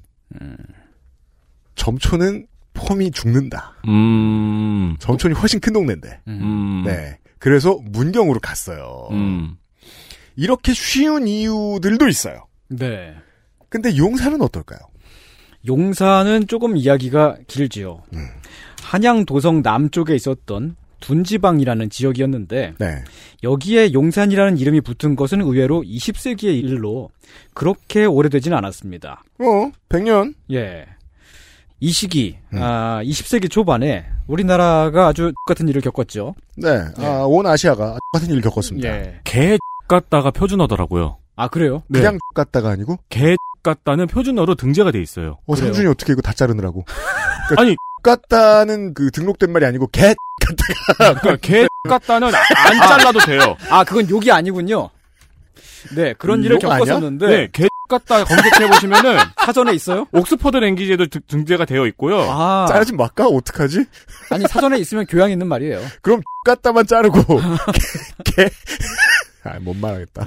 점촌은 폼이 죽는다. 음. 점촌이 훨씬 큰 동네인데. 음. 네. 그래서 문경으로 갔어요. 음. 이렇게 쉬운 이유들도 있어요. 네. 근데 용사는 어떨까요? 용사는 조금 이야기가 길지요. 음. 한양 도성 남쪽에 있었던 둔지방이라는 지역이었는데 네. 여기에 용산이라는 이름이 붙은 것은 의외로 20세기의 일로 그렇게 오래되진 않았습니다. 어, 100년. 예. 이 시기, 음. 아, 20세기 초반에 우리나라가 아주 똑같은 일을 겪었죠. 네. 아, 온 아시아가 같은 일을 겪었습니다. 네. 개 같다가 표준어더라고요. 아 그래요? 그냥 같다가 아니고 개 같다는 표준어로 등재가 돼 있어요. 어, 상준이 어떻게 이거 다 자르느라고. 아니, 같다는 그 등록된 말이 아니고 개 같다가. 그러니까 개 같다는 안 잘라도 돼요. 아, 그건 욕이 아니군요. 네, 그런 일을 음, 욕 아니야? 겪었었는데. 네, 개 같다 검색해 보시면은 사전에 있어요? 옥스퍼드 랭귀지에도 등- 등재가 되어 있고요. 아. 자르지 말까? 어떡하지? 아니, 사전에 있으면 교양 있는 말이에요. 그럼 같다만 자르고. 개. 개. 아, 못 말하겠다.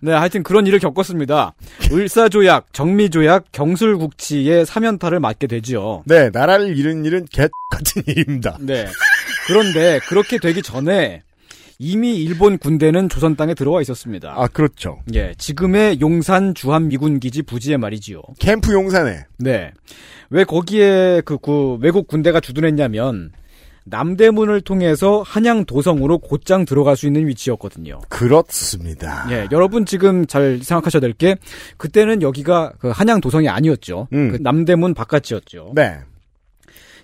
네, 하여튼 그런 일을 겪었습니다. 을사조약, 정미조약, 경술국치의 사면타를 맞게 되지요. 네, 나라를 잃은 일은 개 같은 일입니다. 네. 그런데 그렇게 되기 전에 이미 일본 군대는 조선 땅에 들어와 있었습니다. 아, 그렇죠. 예, 지금의 용산 주한 미군 기지 부지에 말이지요. 캠프 용산에. 네. 왜 거기에 그, 그 외국 군대가 주둔했냐면 남대문을 통해서 한양 도성으로 곧장 들어갈 수 있는 위치였거든요. 그렇습니다. 예, 여러분 지금 잘 생각하셔야 될 게 그때는 여기가 그 한양 도성이 아니었죠. 음. 그 남대문 바깥이었죠. 네.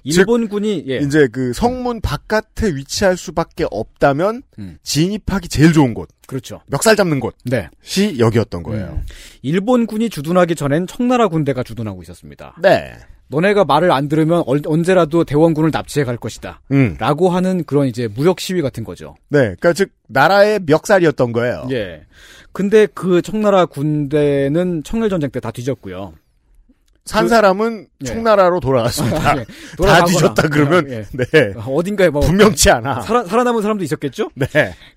일본군이 예. 이제 그 성문 바깥에 위치할 수밖에 없다면 진입하기 제일 좋은 곳. 음. 그렇죠. 멱살 잡는 곳. 네. 음. 시 여기였던 거예요. 일본군이 주둔하기 전엔 청나라 군대가 주둔하고 있었습니다. 네. 너네가 말을 안 들으면 얼- 언제라도 대원군을 납치해 갈 것이다. 음. 라고 하는 그런 이제 무역 시위 같은 거죠. 네. 그러니까 즉 나라의 멱살이었던 거예요. 예. 근데 그 청나라 군대는 청일 전쟁 때 다 뒤졌고요. 산 그- 사람은 예. 청나라로 돌아갔습니다. 아, 예. 다 돌아가거나. 뒤졌다 그러면 예. 네. 어딘가에 뭐 분명치 않아. 살아, 살아남은 사람도 있었겠죠? 네.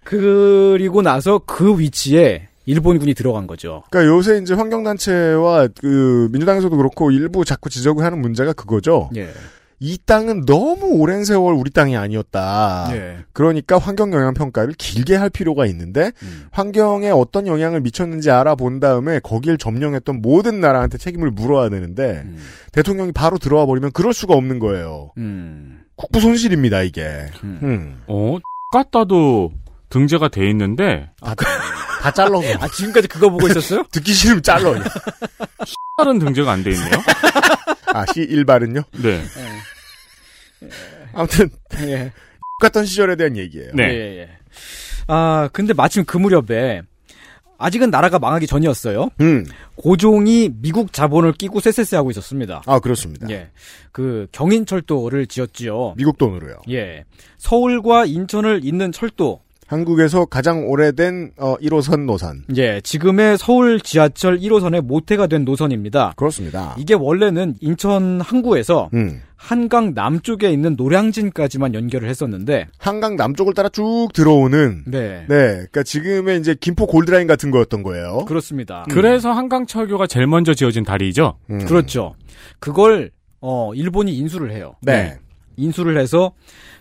그리고 나서 그 위치에 일본군이 들어간 거죠. 그러니까 요새 이제 환경 단체와 그 민주당에서도 그렇고 일부 자꾸 지적을 하는 문제가 그거죠. 예. 이 땅은 너무 오랜 세월 우리 땅이 아니었다. 예. 그러니까 환경 영향 평가를 길게 할 필요가 있는데 음. 환경에 어떤 영향을 미쳤는지 알아본 다음에 거길 점령했던 모든 나라한테 책임을 물어야 되는데 대통령이 바로 들어와 버리면 그럴 수가 없는 거예요. 음. 국부 손실입니다 이게. 음. 어, 같다도 등재가 돼 있는데 다 잘라. 아 지금까지 그거 보고 있었어요? 듣기 싫으면 잘라. 다른 등재가 안 돼 있네요. 아 시 일발은요? 네. 아무튼 예. 같던 시절에 대한 얘기예요. 예, 네. 예. 아, 근데 마침 그 무렵에 아직은 나라가 망하기 전이었어요. 음. 고종이 미국 자본을 끼고 쎄쎄쎄 하고 있었습니다. 아 그렇습니다. 예. 그 경인철도를 지었지요. 미국 돈으로요. 예. 서울과 인천을 잇는 철도. 한국에서 가장 오래된 어, 1호선 노선. 예, 지금의 서울 지하철 1호선의 모태가 된 노선입니다. 그렇습니다. 이게 원래는 인천 항구에서 음. 한강 남쪽에 있는 노량진까지만 연결을 했었는데 한강 남쪽을 따라 쭉 들어오는 네. 그러니까 지금의 이제 김포 골드라인 같은 거였던 거예요. 그렇습니다. 그래서 한강철교가 제일 먼저 지어진 다리이죠. 음. 그렇죠. 그걸 어 일본이 인수를 해요. 네. 인수를 해서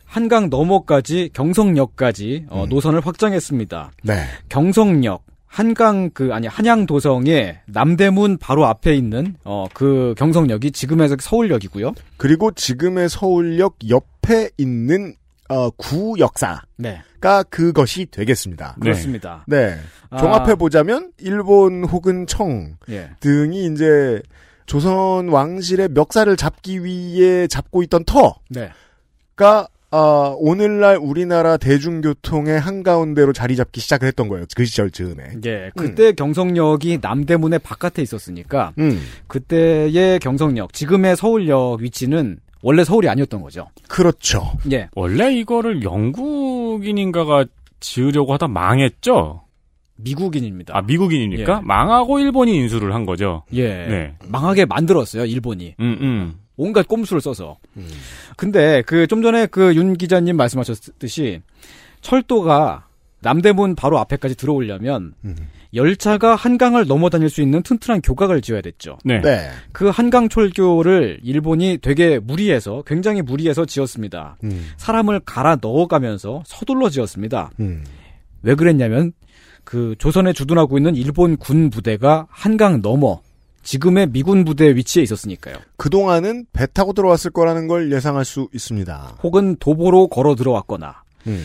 한강 너머까지 경성역까지 어, 노선을 확장했습니다. 네. 경성역 한강 그 아니 한양도성의 남대문 바로 앞에 있는 어 그 경성역이 지금의 서울역이고요. 그리고 지금의 서울역 옆에 있는 어, 구역사가 네. 그것이 되겠습니다. 그렇습니다. 네. 아. 종합해 보자면 일본 혹은 청 예. 등이 이제 조선 왕실의 멱살을 잡기 위해 잡고 있던 터. 네. 가 아, 오늘날 우리나라 대중교통의 한가운데로 자리 잡기 시작을 했던 거예요. 그 시절 즈음에. 예. 그때 경성역이 남대문의 바깥에 있었으니까 음. 그때의 경성역 지금의 서울역 위치는 원래 서울이 아니었던 거죠. 그렇죠. 예. 원래 이거를 영국인인가가 지으려고 하다 망했죠. 미국인입니다. 아 미국인입니까? 예. 망하고 일본이 인수를 한 거죠. 예. 네. 망하게 만들었어요, 일본이. 음 음. 온갖 꼼수를 써서. 근데 그 좀 전에 그 윤 기자님 말씀하셨듯이 철도가 남대문 바로 앞에까지 들어오려면 열차가 한강을 넘어 다닐 수 있는 튼튼한 교각을 지어야 됐죠. 네. 네. 그 한강 철교를 일본이 되게 무리해서 굉장히 무리해서 지었습니다. 음. 사람을 갈아 넣어가면서 서둘러 지었습니다. 왜 그랬냐면 그 조선에 주둔하고 있는 일본 군 부대가 한강 너머 지금의 미군 부대 위치에 있었으니까요. 그동안은 배 타고 들어왔을 거라는 걸 예상할 수 있습니다. 혹은 도보로 걸어 들어왔거나. 음.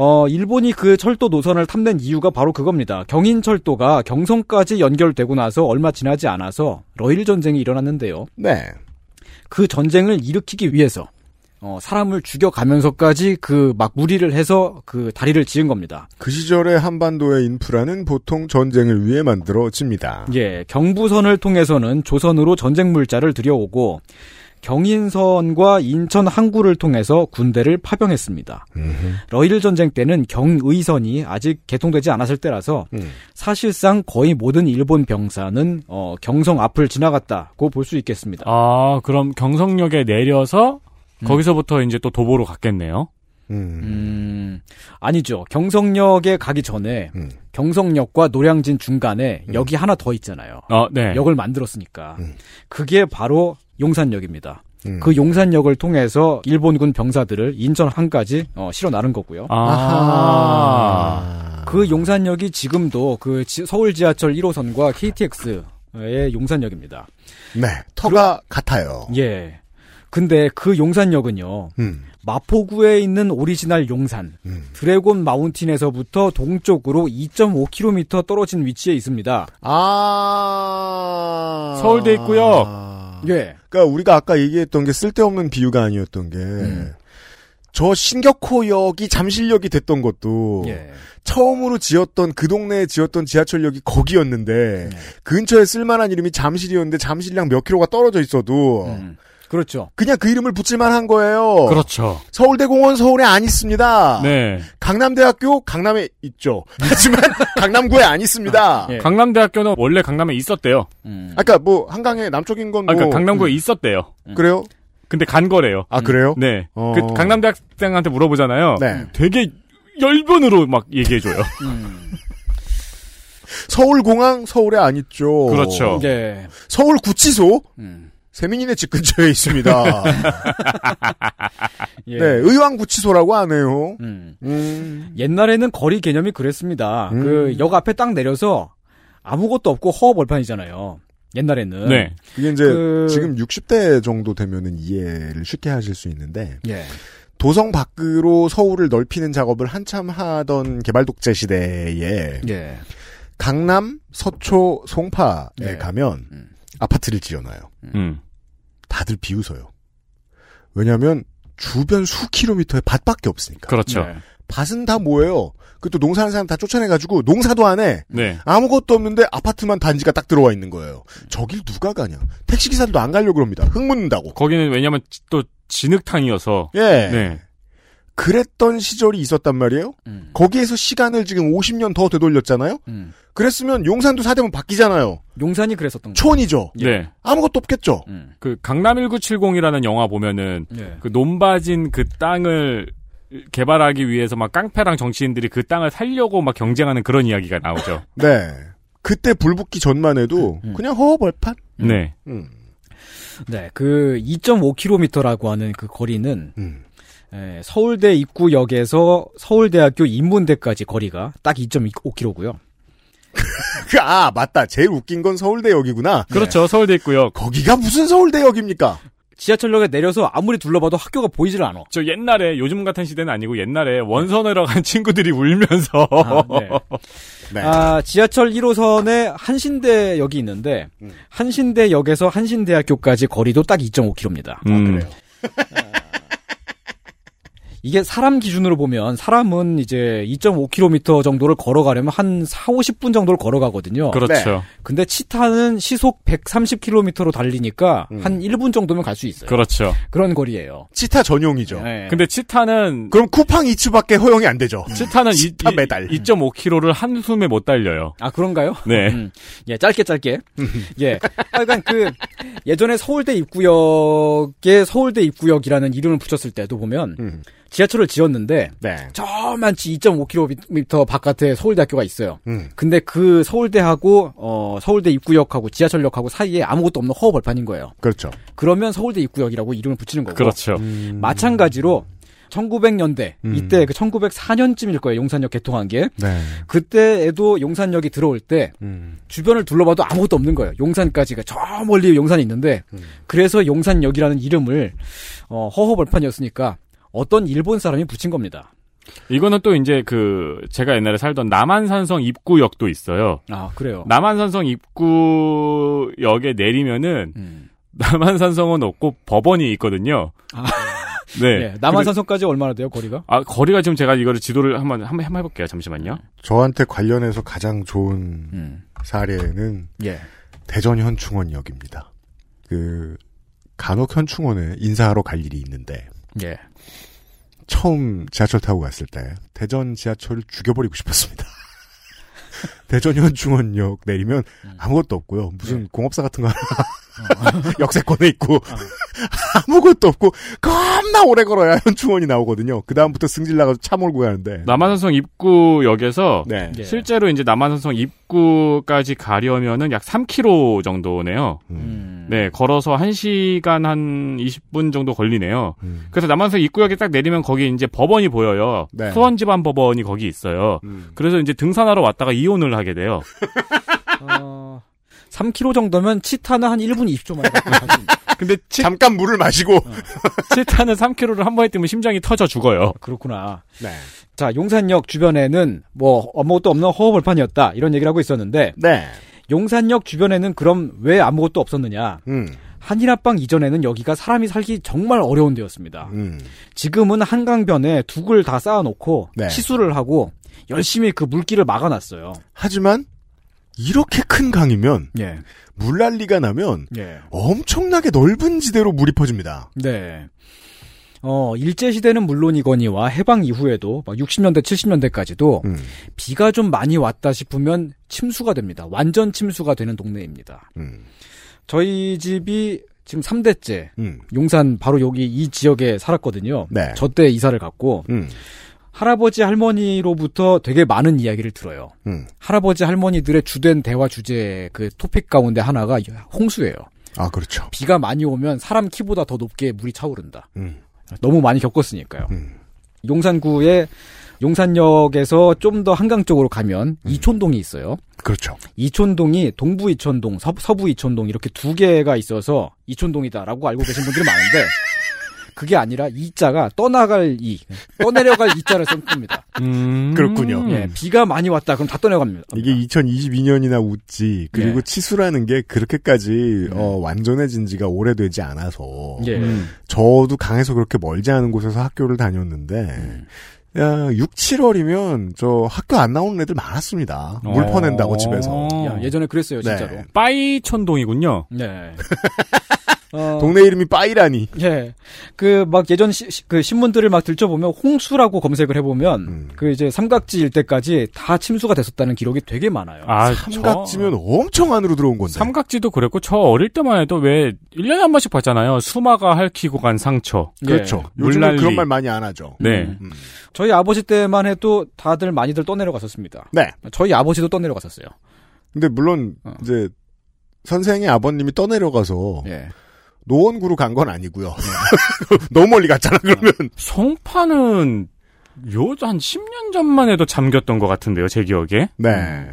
어, 일본이 그 철도 노선을 탐낸 이유가 바로 그겁니다. 경인철도가 경성까지 연결되고 나서 얼마 지나지 않아서 러일 전쟁이 일어났는데요. 네. 그 전쟁을 일으키기 위해서 어, 사람을 죽여가면서까지 그 막 무리를 해서 그 다리를 지은 겁니다. 그 시절의 한반도의 인프라는 보통 전쟁을 위해 만들어집니다. 예, 경부선을 통해서는 조선으로 전쟁 물자를 들여오고 경인선과 인천 항구를 통해서 군대를 파병했습니다. 러일 전쟁 때는 경의선이 아직 개통되지 않았을 때라서 음. 사실상 거의 모든 일본 병사는 어, 경성 앞을 지나갔다고 볼 수 있겠습니다. 아, 그럼 경성역에 내려서 거기서부터 이제 또 도보로 갔겠네요. 음, 아니죠. 경성역에 가기 전에 음. 경성역과 노량진 중간에 역이 하나 더 있잖아요. 아, 음. 네. 음. 역을 만들었으니까 그게 바로 용산역입니다. 음. 그 용산역을 통해서 일본군 병사들을 인천 항까지 어, 실어 나른 거고요. 아. 그 용산역이 지금도 그 지- 서울 지하철 1호선과 KTX의 용산역입니다. 네, 터가 어. 그 같아요. 예. 근데 그 용산역은요. 음. 마포구에 있는 오리지널 용산 드래곤 마운틴에서부터 동쪽으로 2.5km 떨어진 위치에 있습니다. 아. 서울대 있고요. 예. 그러니까 우리가 아까 얘기했던 게 쓸데없는 비유가 아니었던 게. 음. 저 신격호역이 잠실역이 됐던 것도 예. 처음으로 지었던 그 동네에 지었던 지하철역이 거기였는데 예. 근처에 쓸만한 이름이 잠실이었는데 잠실이랑 몇 킬로가 떨어져 있어도 그렇죠. 그냥 그 이름을 붙일만한 거예요. 음. 그렇죠. 서울대공원 서울에 안 있습니다. 네. 음. 강남대학교 강남에 있죠. 하지만 강남구에 안 있습니다. 예. 강남대학교는 원래 강남에 있었대요. 음. 아까 뭐 한강의 남쪽인 건 뭐. 아, 그러니까 강남구에 있었대요. 그래요? 근데 간 거래요. 음. 아 그래요? 네. 어. 그 강남대학생한테 물어보잖아요. 네. 되게 열변으로 막 얘기해줘요. 서울공항 서울에 안 있죠. 어. 그렇죠. 예. 서울구치소 음. 세민이네 집 근처에 있습니다. 예. 네, 의왕구치소라고 하네요. 음. 음. 옛날에는 거리 개념이 그랬습니다. 음. 그 역 앞에 딱 내려서 아무것도 없고 허벌판이잖아요. 옛날에는. 네. 이게 이제 그- 지금 60대 정도 되면은 이해를 쉽게 하실 수 있는데 예. 도성 밖으로 서울을 넓히는 작업을 한참 하던 개발독재 시대에 예. 강남, 서초, 송파에 네. 가면 음. 아파트를 지어놔요. 음. 다들 비웃어요. 왜냐하면 주변 수 킬로미터에 밭밖에 없으니까. 그렇죠. 네. 밭은 다 뭐예요? 그또 농사하는 사람 다 쫓아내가지고 농사도 안 해. 네. 아무것도 없는데 아파트만 단지가 딱 들어와 있는 거예요. 저길 누가 가냐? 택시 기사들도 안 가려고 그럽니다. 흙묻는다고. 거기는 왜냐면 지- 또 진흙탕이어서. 예. 네. 그랬던 시절이 있었단 말이에요. 음. 거기에서 시간을 지금 50년 더 되돌렸잖아요. 음. 그랬으면 용산도 사대문 바뀌잖아요. 용산이 그랬었던 거. 촌이죠. 네. 아무것도 없겠죠. 음. 그 강남 1970이라는 영화 보면은 예. 그 논밭인 그 땅을 개발하기 위해서 막 깡패랑 정치인들이 그 땅을 살려고 막 경쟁하는 그런 이야기가 나오죠. 네. 그때 불붙기 전만 해도 음. 그냥 허허벌판. 네. 음. 네. 그 2.5km라고 하는 그 거리는 음. 예, 서울대 입구역에서 서울대학교 인문대까지 거리가 딱 2.5km고요. 그, 아, 맞다. 제일 웃긴 건 서울대역이구나. 그렇죠. 서울대 있고요. 거기가 무슨 서울대역입니까? 지하철역에 내려서 아무리 둘러봐도 학교가 보이질 않아. 저 옛날에 요즘 같은 시대는 아니고 옛날에 원선으로 간 친구들이 울면서 아, 네. 네. 아, 지하철 1호선에 한신대역이 있는데 음. 한신대역에서 한신대학교까지 거리도 딱 2.5km입니다. 음, 이게 사람 기준으로 보면 사람은 이제 2.5km 정도를 걸어가려면 한 4, 50분 정도를 걸어가거든요. 그렇죠. 근데 치타는 시속 130km로 달리니까 음. 한 1분 정도면 갈 수 있어요. 그렇죠. 그런 거리예요. 치타 전용이죠. 네. 근데 치타는 그럼 쿠팡 이츠밖에 허용이 안 되죠. 치타는 이, 치타 메달. 2.5km를 한숨에 못 달려요. 아 그런가요? 네. 음. 예, 짧게 짧게. 예. 하여간 그 예전에 서울대 입구역에 서울대 입구역이라는 이름을 붙였을 때도 보면 음. 지하철을 지었는데 네. 저만치 2.5km 바깥에 서울대학교가 있어요. 음. 근데 그 서울대하고 어, 서울대 입구역하고 지하철역하고 사이에 아무것도 없는 허허벌판인 거예요. 그렇죠. 그러면 서울대 입구역이라고 이름을 붙이는 거고. 그렇죠. 마찬가지로 1900년대 음. 이때 그 1904년쯤일 거예요. 용산역 개통한 게. 네. 그때에도 용산역이 들어올 때 음. 주변을 둘러봐도 아무것도 없는 거예요. 용산까지가 저 멀리 용산이 있는데 그래서 용산역이라는 이름을 어, 허허벌판이었으니까 어떤 일본 사람이 붙인 겁니다. 이거는 또 이제 그 제가 옛날에 살던 남한산성 입구역도 있어요. 아 그래요. 남한산성 입구역에 내리면은 남한산성은 없고 법원이 있거든요. 아. 네. 네, 남한산성까지 얼마나 돼요 거리가? 아 거리가 지금 제가 이거를 지도를 한번 한번 한번 해볼게요. 잠시만요. 네. 저한테 관련해서 가장 좋은 음. 사례는 예. 대전 현충원역입니다. 그 간혹 현충원에 인사하러 갈 일이 있는데 예. 처음 지하철 타고 갔을 때 대전 지하철을 죽여버리고 싶었습니다. 대전 현충원역 내리면 음. 아무것도 없고요. 무슨 네. 공업사 같은 거 하나 어. 역세권에 있고 아무것도 없고 겁나 오래 걸어야 현충원이 나오거든요. 그 다음부터 승질 나가서 차 몰고 가는데 남한산성 입구역에서 네. 예. 실제로 이제 남한산성 입구까지 가려면은 약 3km 정도네요. 음. 음. 네, 걸어서 1시간 한 20분 정도 걸리네요. 그래서 남한산성 입구역에 딱 내리면 거기 이제 법원이 보여요. 음. 네. 음. 수원지방 법원이 거기 있어요. 그래서 이제 등산하러 왔다가 이혼을 하게 돼요. 3km 어, 정도면 치타는 한 1분 20초만. 근데 어. 치, 잠깐 물을 마시고 치타는 3km를 한 번에 뛰면 심장이 터져 죽어요. 그렇구나. 네. 자, 용산역 주변에는 뭐 아무것도 없는 허허벌판이었다 이런 얘기를 하고 있었는데 네. 용산역 주변에는 그럼 왜 아무것도 없었느냐? 음. 한일합방 이전에는 여기가 사람이 살기 정말 어려운 데였습니다. 음. 지금은 한강변에 둑을 다 쌓아놓고 네. 치수를 하고 열심히 그 물길을 막아놨어요. 하지만 이렇게 큰 강이면 예, 물난리가 나면 예, 엄청나게 넓은 지대로 물이 퍼집니다. 네. 어 일제 시대는 물론이거니와 해방 이후에도 막 60년대 70년대까지도 음. 비가 좀 많이 왔다 싶으면 침수가 됩니다. 완전 침수가 되는 동네입니다. 음. 저희 집이 지금 3대째 음. 용산 바로 여기 이 지역에 살았거든요. 네. 저 때 이사를 갔고 음. 할아버지 할머니로부터 되게 많은 이야기를 들어요. 음. 할아버지 할머니들의 주된 대화 주제 그 토픽 가운데 하나가 홍수예요. 아, 그렇죠. 비가 많이 오면 사람 키보다 더 높게 물이 차오른다. 음. 너무 많이 겪었으니까요. 음. 용산구의 용산역에서 좀 더 한강 쪽으로 가면 음. 이촌동이 있어요. 그렇죠. 이촌동이 동부 이촌동, 서, 서부 이촌동 이렇게 두 개가 있어서 이촌동이다라고 알고 계신 분들이 많은데 그게 아니라 이자가 떠나갈 이, 떠내려갈 이자를 쓴 겁니다. 음. 그렇군요. 네. 네. 예, 비가 많이 왔다 그럼 다 떠내갑니다. 이게 2022년이나 웃지 그리고 예. 치수라는 게 그렇게까지 어, 완전해진 지가 오래되지 않아서 예. 저도 강에서 그렇게 멀지 않은 곳에서 학교를 다녔는데 야, 6, 7월이면 저 학교 안 나오는 애들 많았습니다. 어. 물 퍼낸다고 집에서. 야, 예전에 그랬어요 네. 진짜로. 빠이촌동이군요. 네. 어, 동네 이름이 빠이라니. 예. 그, 막, 예전 시, 시- 그 신문들을 막 들춰보면, 홍수라고 검색을 해보면, 음. 그 이제 삼각지 일대까지 다 침수가 됐었다는 기록이 되게 많아요. 아, 삼각지면 엄청 안으로 들어온 건데. 삼각지도 그랬고 저 어릴 때만 해도 왜 1년에 한 번씩 봤잖아요. 수마가 핥히고 간 상처. 그렇죠. 예. 요즘은 물난리. 그런 말 많이 안 하죠. 네. 음. 저희 아버지 때만 해도 다들 많이들 떠내려갔었습니다. 네. 저희 아버지도 떠내려갔었어요. 근데 물론 어. 이제 선생의 아버님이 떠내려가서 예. 노원구로 간 건 아니고요. 너무 멀리 갔잖아 그러면. 송파는 요 한 10년 전만 해도 잠겼던 것 같은데요. 제 기억에. 네.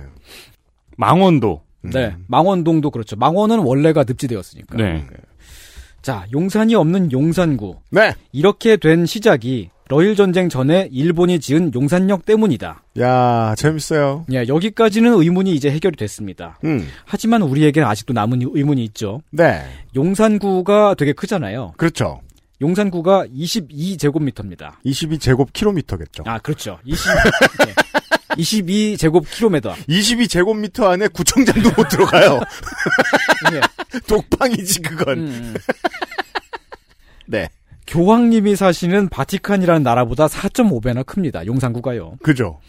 망원도. 음. 네. 망원동도 그렇죠. 망원은 원래가 늪지대였으니까. 네. 자, 용산이 없는 용산구. 네. 이렇게 된 시작이 러일 전쟁 전에 일본이 지은 용산역 때문이다. 네. 야 재밌어요. 예, 여기까지는 의문이 이제 해결이 됐습니다. 음. 하지만 우리에게는 아직도 남은 의문이 있죠. 네. 용산구가 되게 크잖아요. 그렇죠. 용산구가 22제곱미터입니다. 22 제곱 킬로미터겠죠. 아, 그렇죠. 20, 예. 22 제곱킬로미터. 22 제곱미터 안에 구청장도 못 들어가요. 예. 독방이지 그건. 음. 네. 교황님이 사시는 바티칸이라는 나라보다 4.5배나 큽니다. 용산구가요. 그죠.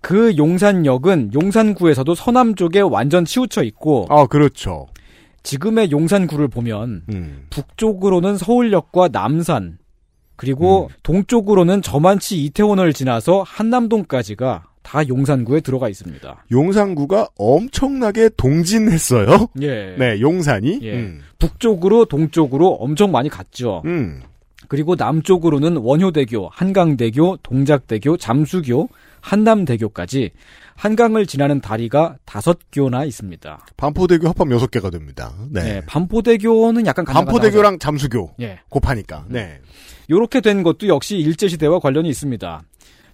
그 용산역은 용산구에서도 서남 쪽에 완전 치우쳐 있고 아 그렇죠. 지금의 용산구를 보면 음. 북쪽으로는 서울역과 남산 음. 그리고 동쪽으로는 저만치 이태원을 지나서 한남동까지가 다 용산구에 들어가 있습니다. 용산구가 엄청나게 동진했어요. 예. 네, 용산이. 예. 음. 북쪽으로 동쪽으로 엄청 많이 갔죠. 음. 그리고 남쪽으로는 원효대교, 한강대교, 동작대교, 잠수교, 한남대교까지 한강을 지나는 다리가 다섯 교나 있습니다. 반포대교 합하면 여섯 개가 됩니다. 네. 네, 반포대교는 약간 반포대교랑 잠수교 예. 곱하니까. 네. 요렇게 된 것도 역시 일제시대와 관련이 있습니다.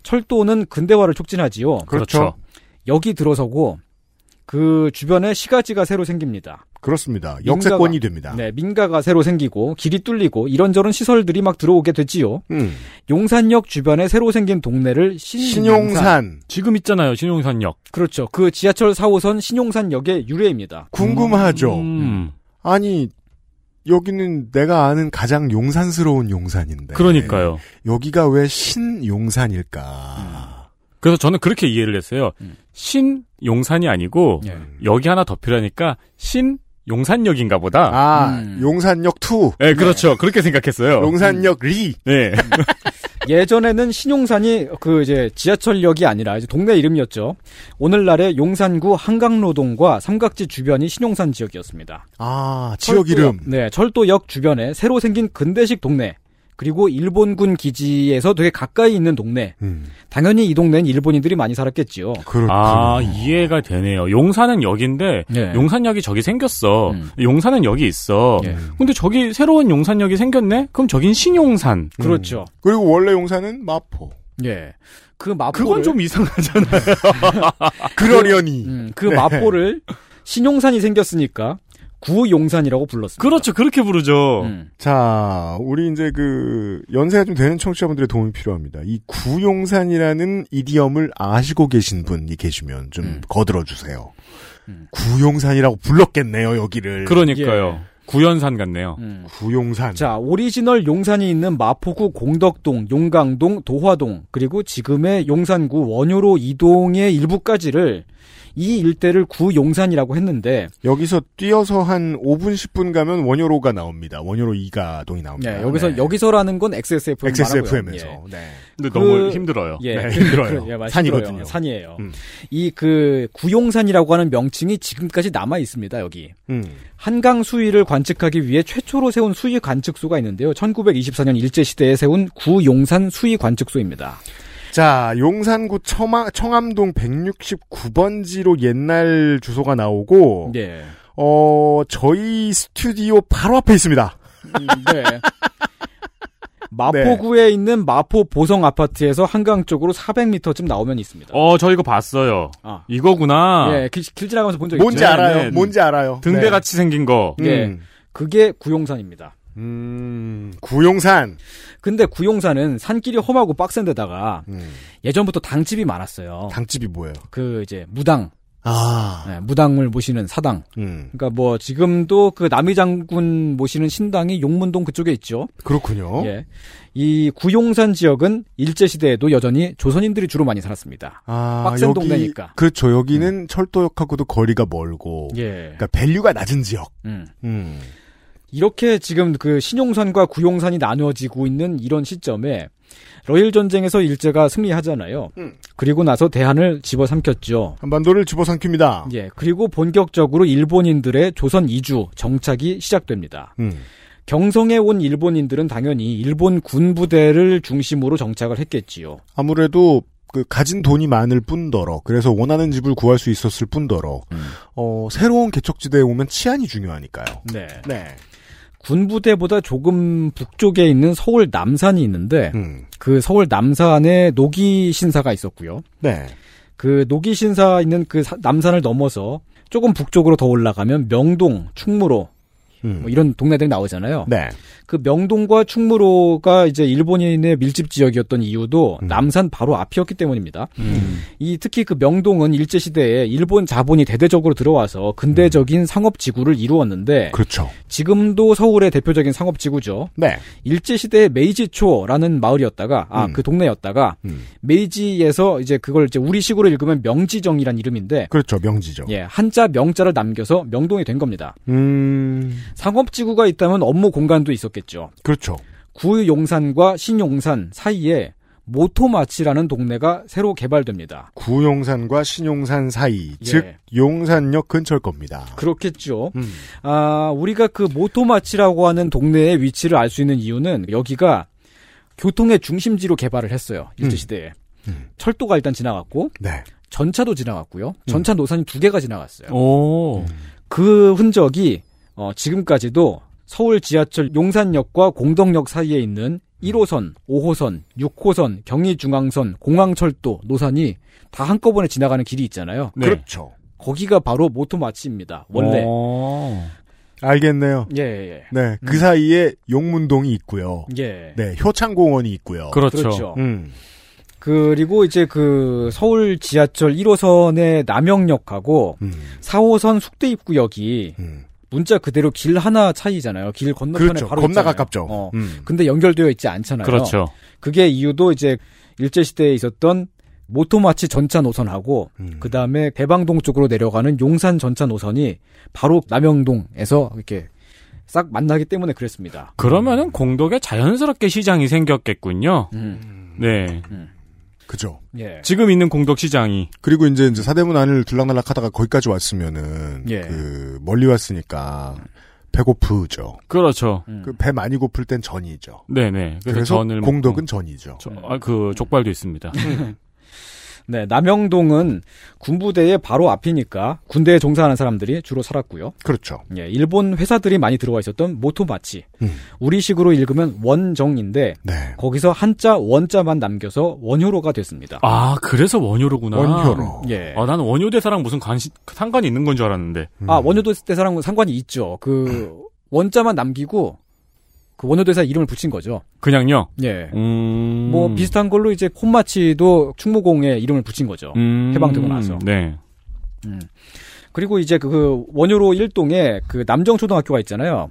철도는 근대화를 촉진하지요. 그렇죠. 여기 들어서고 그 주변에 시가지가 새로 생깁니다. 그렇습니다. 역세권이 민가가- 됩니다. 네, 민가가 새로 생기고 길이 뚫리고 이런저런 시설들이 막 들어오게 됐지요. 음. 용산역 주변에 새로 생긴 동네를 신, 신용산. 지금 있잖아요, 신용산역. 그렇죠. 그 지하철 4호선 신용산역의 유래입니다. 궁금하죠. 음. 음. 아니 여기는 내가 아는 가장 용산스러운 네. 용산인데. 그러니까요. 여기가 왜 음. 신용산일까? 그래서 저는 그렇게 이해를 했어요. 음. 신용산이 아니고 예. 여기 하나 더 필요하니까 신용산역인가 보다. 아, 용산역 2. 네, 그렇죠. 그렇게 음. 생각했어요. 용산역 리. 네. 예전에는 신용산이 그 이제 지하철역이 아니라 이제 동네 이름이었죠. 오늘날의 용산구 한강노동과 삼각지 주변이 신용산 지역이었습니다. 아, 지역 철도역, 이름. 네, 철도역 주변에 새로 생긴 근대식 동네. 그리고 일본군 기지에서 되게 가까이 있는 동네. 당연히 이 동네는 일본인들이 많이 살았겠지요. 음, 그렇군요. 아, 이해가 되네요. 용산은 여기인데, 예. 네. 용산역이 저기 생겼어. 음. 용산은 여기 있어. 예. 근데 저기 새로운 용산역이 생겼네? 그럼 저긴 신용산. 그렇죠. 그리고 원래 용산은 마포. 예. 그 마포를 그건 좀 이상하잖아요. 아, 그러려니. 음, 네. 그 마포를 신용산이 생겼으니까 구용산이라고 불렀습니다. 음, 그렇죠. 그렇게 부르죠. 자, 우리 이제 그 연세가 좀 되는 청취자분들의 도움이 필요합니다. 이 구용산이라는 이디엄을 아시고 계신 분이 계시면 좀 음. 거들어 주세요. 구용산이라고 불렀겠네요, 여기를. 그러니까요. 구연산 같네요. 구용산. 음. 자, 오리지널 용산이 있는 마포구 공덕동, 용강동, 도화동, 그리고 지금의 용산구 원효로 이동의 일부까지를 이 일대를 구용산이라고 했는데 여기서 뛰어서 한 5분 10분 가면 원효로가 나옵니다. 원효로 이가동이 나옵니다. 네. 예, 여기서 여기서라는 건 XSFM XSFM에서. 말하고요. 예. 네. 근데 너무 힘들어요. 예, 네, 그- 힘들어요. 그- 예, 많이 산이거든요. 힘들어요. 산이에요. 음. 이 그 구용산이라고 하는 명칭이 지금까지 남아 있습니다. 여기 음. 한강 수위를 관측하기 위해 최초로 세운 수위 관측소가 있는데요. 1924년 일제 시대에 세운 구용산 수위 관측소입니다. 자, 용산구 청하, 청암동 169번지로 옛날 주소가 나오고, 네. 어, 저희 스튜디오 바로 앞에 있습니다. 네. 네. 마포구에 있는 마포 보성 아파트에서 한강 쪽으로 400m쯤 나오면 있습니다. 어, 저 이거 봤어요. 아. 이거구나. 예, 길, 길 지나가면서 본 적 있죠. 뭔지 알아요. 네, 네. 뭔지 알아요. 네. 등대같이 생긴 거. 예, 음. 그게 구용산입니다. 음, 구용산. 근데 구용산은 산길이 험하고 빡센 데다가 음, 예전부터 당집이 많았어요. 당집이 뭐예요? 그 이제 무당, 아, 예, 무당을 모시는 사당. 음, 그러니까 뭐 지금도 그 남의장군 모시는 신당이 용문동 그쪽에 있죠. 그렇군요. 예. 이 구용산 지역은 일제 시대에도 여전히 조선인들이 주로 많이 살았습니다. 아, 빡센 여기- 동네니까. 그렇죠. 여기는 철도역하고도 거리가 멀고, 예. 그러니까 밸류가 낮은 지역. 음. 음, 이렇게 지금 그 신용산과 구용산이 나누어지고 있는 이런 시점에 러일 전쟁에서 일제가 승리하잖아요. 음. 그리고 나서 대한을 집어삼켰죠. 한반도를 집어삼킵니다. 예, 그리고 본격적으로 일본인들의 조선 이주 정착이 시작됩니다. 음, 경성에 온 일본인들은 당연히 일본 군부대를 중심으로 정착을 했겠지요. 아무래도 그 가진 돈이 많을 뿐더러 그래서 원하는 집을 구할 수 있었을 뿐더러 어, 새로운 개척지대에 오면 치안이 중요하니까요. 네. 네. 군부대보다 조금 북쪽에 있는 서울 남산이 있는데 음. 그 서울 남산에 노기 신사가 있었고요. 네. 그 노기 신사 있는 그 사- 남산을 넘어서 조금 북쪽으로 더 올라가면 명동, 충무로 음. 뭐 이런 동네들이 나오잖아요. 네. 그 명동과 충무로가 이제 일본인의 밀집 지역이었던 이유도 음. 남산 바로 앞이었기 때문입니다. 이 특히 그 명동은 일제 시대에 일본 자본이 대대적으로 들어와서 근대적인 상업 지구를 이루었는데 음. 그렇죠. 지금도 서울의 대표적인 상업 지구죠. 네. 일제 시대에 메이지초라는 마을이었다가 아 음. 그 동네였다가 음. 메이지에서 이제 그걸 이제 우리식으로 읽으면 명지정이란 이름인데 그렇죠. 명지죠. 예, 한자 명자를 남겨서 명동이 된 겁니다. 음. 상업지구가 있다면 업무 공간도 있었겠죠. 그렇죠. 구용산과 신용산 사이에 모토마치라는 동네가 새로 개발됩니다. 구용산과 신용산 사이, 예. 즉 용산역 근처일 겁니다. 그렇겠죠. 아, 우리가 그 모토마치라고 하는 동네의 위치를 알 수 있는 이유는 여기가 교통의 중심지로 개발을 했어요. 일제시대에. 철도가 일단 지나갔고, 네. 전차도 지나갔고요. 전차 노선이 두 개가 지나갔어요. 오. 그 흔적이 어, 지금까지도 서울 지하철 용산역과 공덕역 사이에 있는 1호선, 5호선, 6호선, 경의중앙선, 공항철도 노선이 다 한꺼번에 지나가는 길이 있잖아요. 네. 어. 그렇죠. 거기가 바로 모토마치입니다. 원래. 어. 알겠네요. 예, 예. 네, 그 사이에 용문동이 있고요. 예. 네, 효창공원이 있고요. 그렇죠. 그렇죠. 음. 그리고 이제 그 서울 지하철 1호선의 남영역하고 음. 4호선 숙대입구역이 문자 그대로 길 하나 차이잖아요. 길 건너편에 그렇죠. 바로 겁나 있잖아요. 가깝죠. 어. 음. 근데 연결되어 있지 않잖아요. 그렇죠. 그게 이유도 이제 일제 시대에 있었던 모토마치 전차 노선하고 그다음에 대방동 쪽으로 내려가는 용산 전차 노선이 바로 남영동에서 이렇게 싹 만나기 때문에 그랬습니다. 그러면은 공덕에 자연스럽게 시장이 생겼겠군요. 네. 그죠. 예. 지금 있는 공덕 시장이 그리고 이제 이제 사대문 안을 둘락날락 하다가 거기까지 왔으면은 예. 그 멀리 왔으니까 배고프죠. 그렇죠. 음. 그 배 많이 고플 땐 전이죠. 네네. 그래서, 그래서 전을 공덕은 전이죠. 저, 아, 그 족발도 있습니다. 네, 남영동은 군부대의 바로 앞이니까 군대에 종사하는 사람들이 주로 살았고요. 그렇죠. 예, 일본 회사들이 많이 들어와 있었던 모토마치. 음. 우리식으로 읽으면 원정인데 네. 거기서 한자 원자만 남겨서 원효로가 됐습니다. 아, 그래서 원효로구나. 원효로. 예. 아, 나는 원효 대사랑 무슨 관시, 상관이 있는 건 줄 알았는데. 아, 원효도 대사랑은 상관이 있죠. 그 원자만 남기고 그 원효 대사 이름을 붙인 거죠. 그냥요. 예. 음. 뭐 비슷한 걸로 이제 콘마치도 충무공에 이름을 붙인 거죠. 음. 해방되고 나서. 네. 그리고 이제 그 원효로 일동에그 남정초등학교가 있잖아요.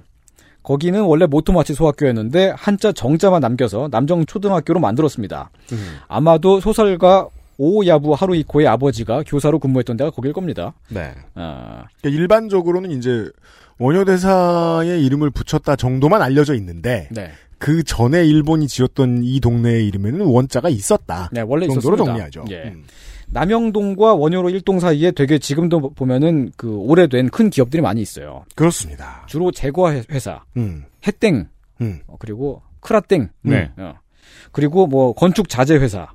거기는 원래 모토마치 소학교였는데 한자 정자만 남겨서 남정초등학교로 만들었습니다. 음. 아마도 소설가 오야부 하루이코의 아버지가 교사로 근무했던 데가 거길 겁니다. 네. 아. 그러니까 일반적으로는 이제 원효대사의 이름을 붙였다 정도만 알려져 있는데 네. 그 전에 일본이 지었던 이 동네의 이름에는 원자가 있었다. 네, 원래 그 정도로 있었습니다. 정리하죠. 음. 예. 남영동과 원효로 일동 사이에 되게 지금도 보면은 그 오래된 큰 기업들이 많이 있어요. 그렇습니다. 주로 제과 회- 회사, 음. 해땡, 음. 어, 그리고 크라땡, 네. 어. 그리고 뭐 건축 자재 회사,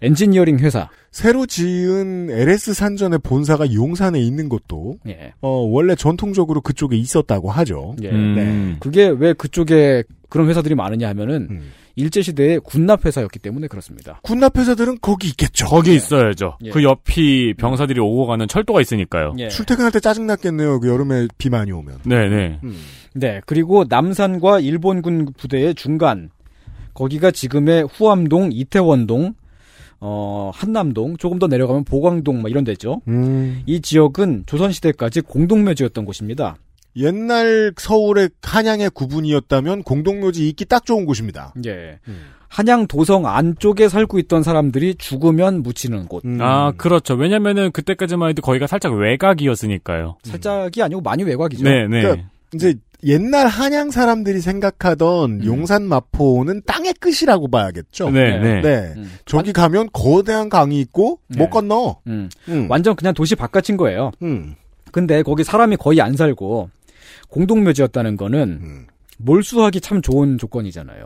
엔지니어링 회사, 새로 지은 LS 산전의 본사가 용산에 있는 것도 예. 어, 원래 전통적으로 그쪽에 있었다고 하죠. 예. 네. 음. 그게 왜 그쪽에 그런 회사들이 많으냐 하면은 일제 시대의 군납 회사였기 때문에 그렇습니다. 군납 회사들은 거기 있겠죠. 네. 거기 있어야죠. 예. 그 옆이 병사들이 오고 가는 철도가 있으니까요. 출퇴근할 때 짜증 났겠네요. 그 여름에 비 많이 오면. 네네. 네, 그리고 남산과 일본군 부대의 중간 거기가 지금의 후암동, 이태원동, 어, 한남동, 조금 더 내려가면 보광동 막 이런 데죠. 음. 이 지역은 조선 시대까지 공동묘지였던 곳입니다. 옛날 서울의 한양의 구분이었다면 공동묘지 있기 딱 좋은 곳입니다. 예. 한양 도성 안쪽에 살고 있던 사람들이 죽으면 묻히는 곳. 음. 아, 그렇죠. 왜냐면은 그때까지만 해도 거기가 살짝 외곽이었으니까요. 살짝이 아니고 많이 외곽이죠. 네, 네. 그러니까 이제 옛날 한양 사람들이 음. 생각하던 용산 마포는 땅의 끝이라고 봐야겠죠. 네, 네. 저기 가면 거대한 강이 있고 못 건너. 음. 음. 완전 그냥 도시 바깥인 거예요. 근데 거기 사람이 거의 안 살고 공동묘지였다는 음. 거는 몰수하기 참 좋은 조건이잖아요.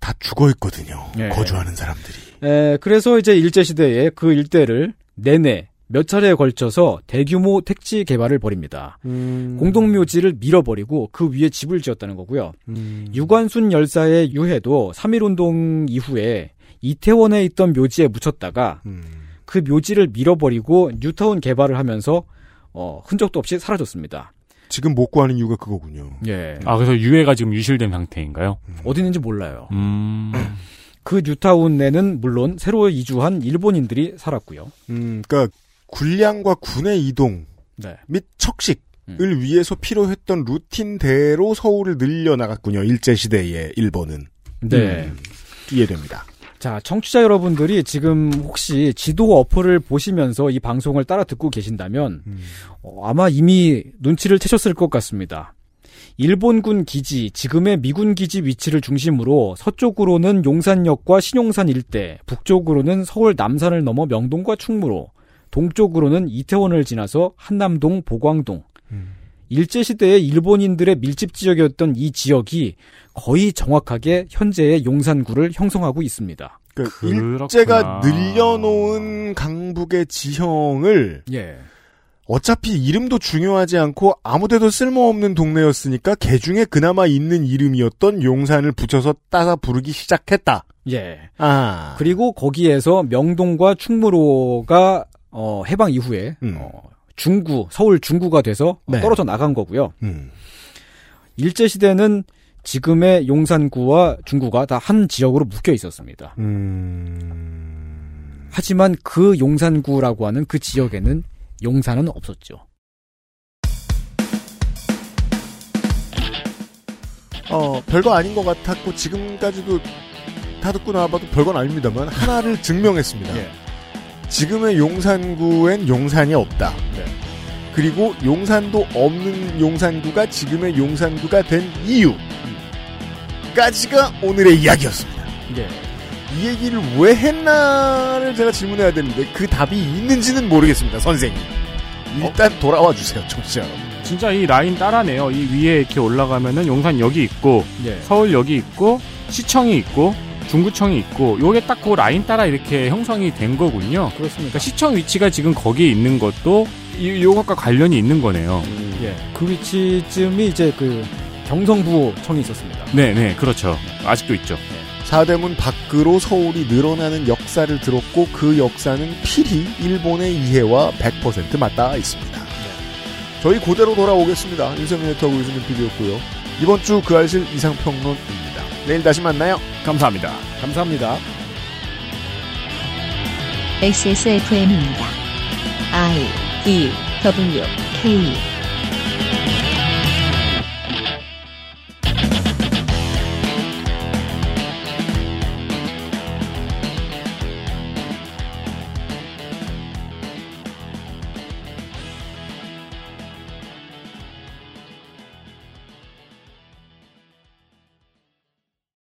다 죽어 있거든요. 예. 거주하는 사람들이. 에, 그래서 이제 일제시대에 그 일대를 내내 몇 차례에 걸쳐서 대규모 택지 개발을 벌입니다. 공동묘지를 밀어버리고 그 위에 집을 지었다는 거고요. 유관순 열사의 유해도 3.1운동 이후에 이태원에 있던 묘지에 묻혔다가 그 묘지를 밀어버리고 뉴타운 개발을 하면서 어, 흔적도 없이 사라졌습니다. 지금 못 구하는 이유가 그거군요. 예. 아, 그래서 유해가 지금 유실된 상태인가요? 어디 있는지 몰라요. 음. 그 뉴타운에는 물론 새로 이주한 일본인들이 살았고요. 음, 그러니까 군량과 군의 이동 네. 및 척식을 위해서 필요했던 루틴대로 서울을 늘려 나갔군요. 일제 시대의 일본은. 네. 음, 이해됩니다. 자, 청취자 여러분들이 지금 혹시 지도 어플을 보시면서 이 방송을 따라 듣고 계신다면 어, 아마 이미 눈치를 채셨을 것 같습니다. 일본군 기지, 지금의 미군 기지 위치를 중심으로 서쪽으로는 용산역과 신용산 일대, 북쪽으로는 서울 남산을 넘어 명동과 충무로, 동쪽으로는 이태원을 지나서 한남동, 보광동. 음. 일제시대의 일본인들의 밀집 지역이었던 이 지역이 거의 정확하게 현재의 용산구를 형성하고 있습니다. 그러니까 일제가 늘려놓은 강북의 지형을 예. 어차피 이름도 중요하지 않고 아무데도 쓸모없는 동네였으니까 개중에 그나마 있는 이름이었던 용산을 붙여서 따서 부르기 시작했다. 예. 아. 그리고 거기에서 명동과 충무로가 어, 해방 이후에 음. 어, 중구, 서울 중구가 돼서 네. 떨어져 나간 거고요. 음. 일제 시대는 지금의 용산구와 중구가 다 한 지역으로 묶여 있었습니다. 하지만 그 용산구라고 하는 그 지역에는 용산은 없었죠. 어, 별거 아닌 것 같았고 지금까지도 그 다 듣고 나와봐도 별건 아닙니다만 하나를 증명했습니다. 지금의 용산구엔 용산이 없다. 그리고 용산도 없는 용산구가 지금의 용산구가 된 이유까지가 오늘의 이야기였습니다. 이 얘기를 왜 했나를 제가 질문해야 되는데 그 답이 있는지는 모르겠습니다, 선생님. 일단 돌아와 주세요, 청취자 여러분. 진짜 이 라인 따라네요. 이 위에 이렇게 올라가면은 용산 여기 있고 예. 서울 여기 있고 시청이 있고 중구청이 있고 요게 딱 그 라인 따라 이렇게 형성이 된 거군요. 그렇습니다. 그러니까 시청 위치가 지금 거기에 있는 것도 이, 요것과 관련이 있는 거네요. 예. 그 위치쯤이 이제 그 경성부청이 있었습니다. 네, 네, 그렇죠. 아직도 있죠. 사대문 밖으로 서울이 늘어나는 역사를 들었고 그 역사는 필히 일본의 이해와 100% 맞닿아 있습니다. 저희 그대로 돌아오겠습니다. 윤세민 네트하고 유승민 PD였고요. 이번 주 그 알실 이상평론입니다. 내일 다시 만나요. 감사합니다. 감사합니다. XSFM입니다. I D W K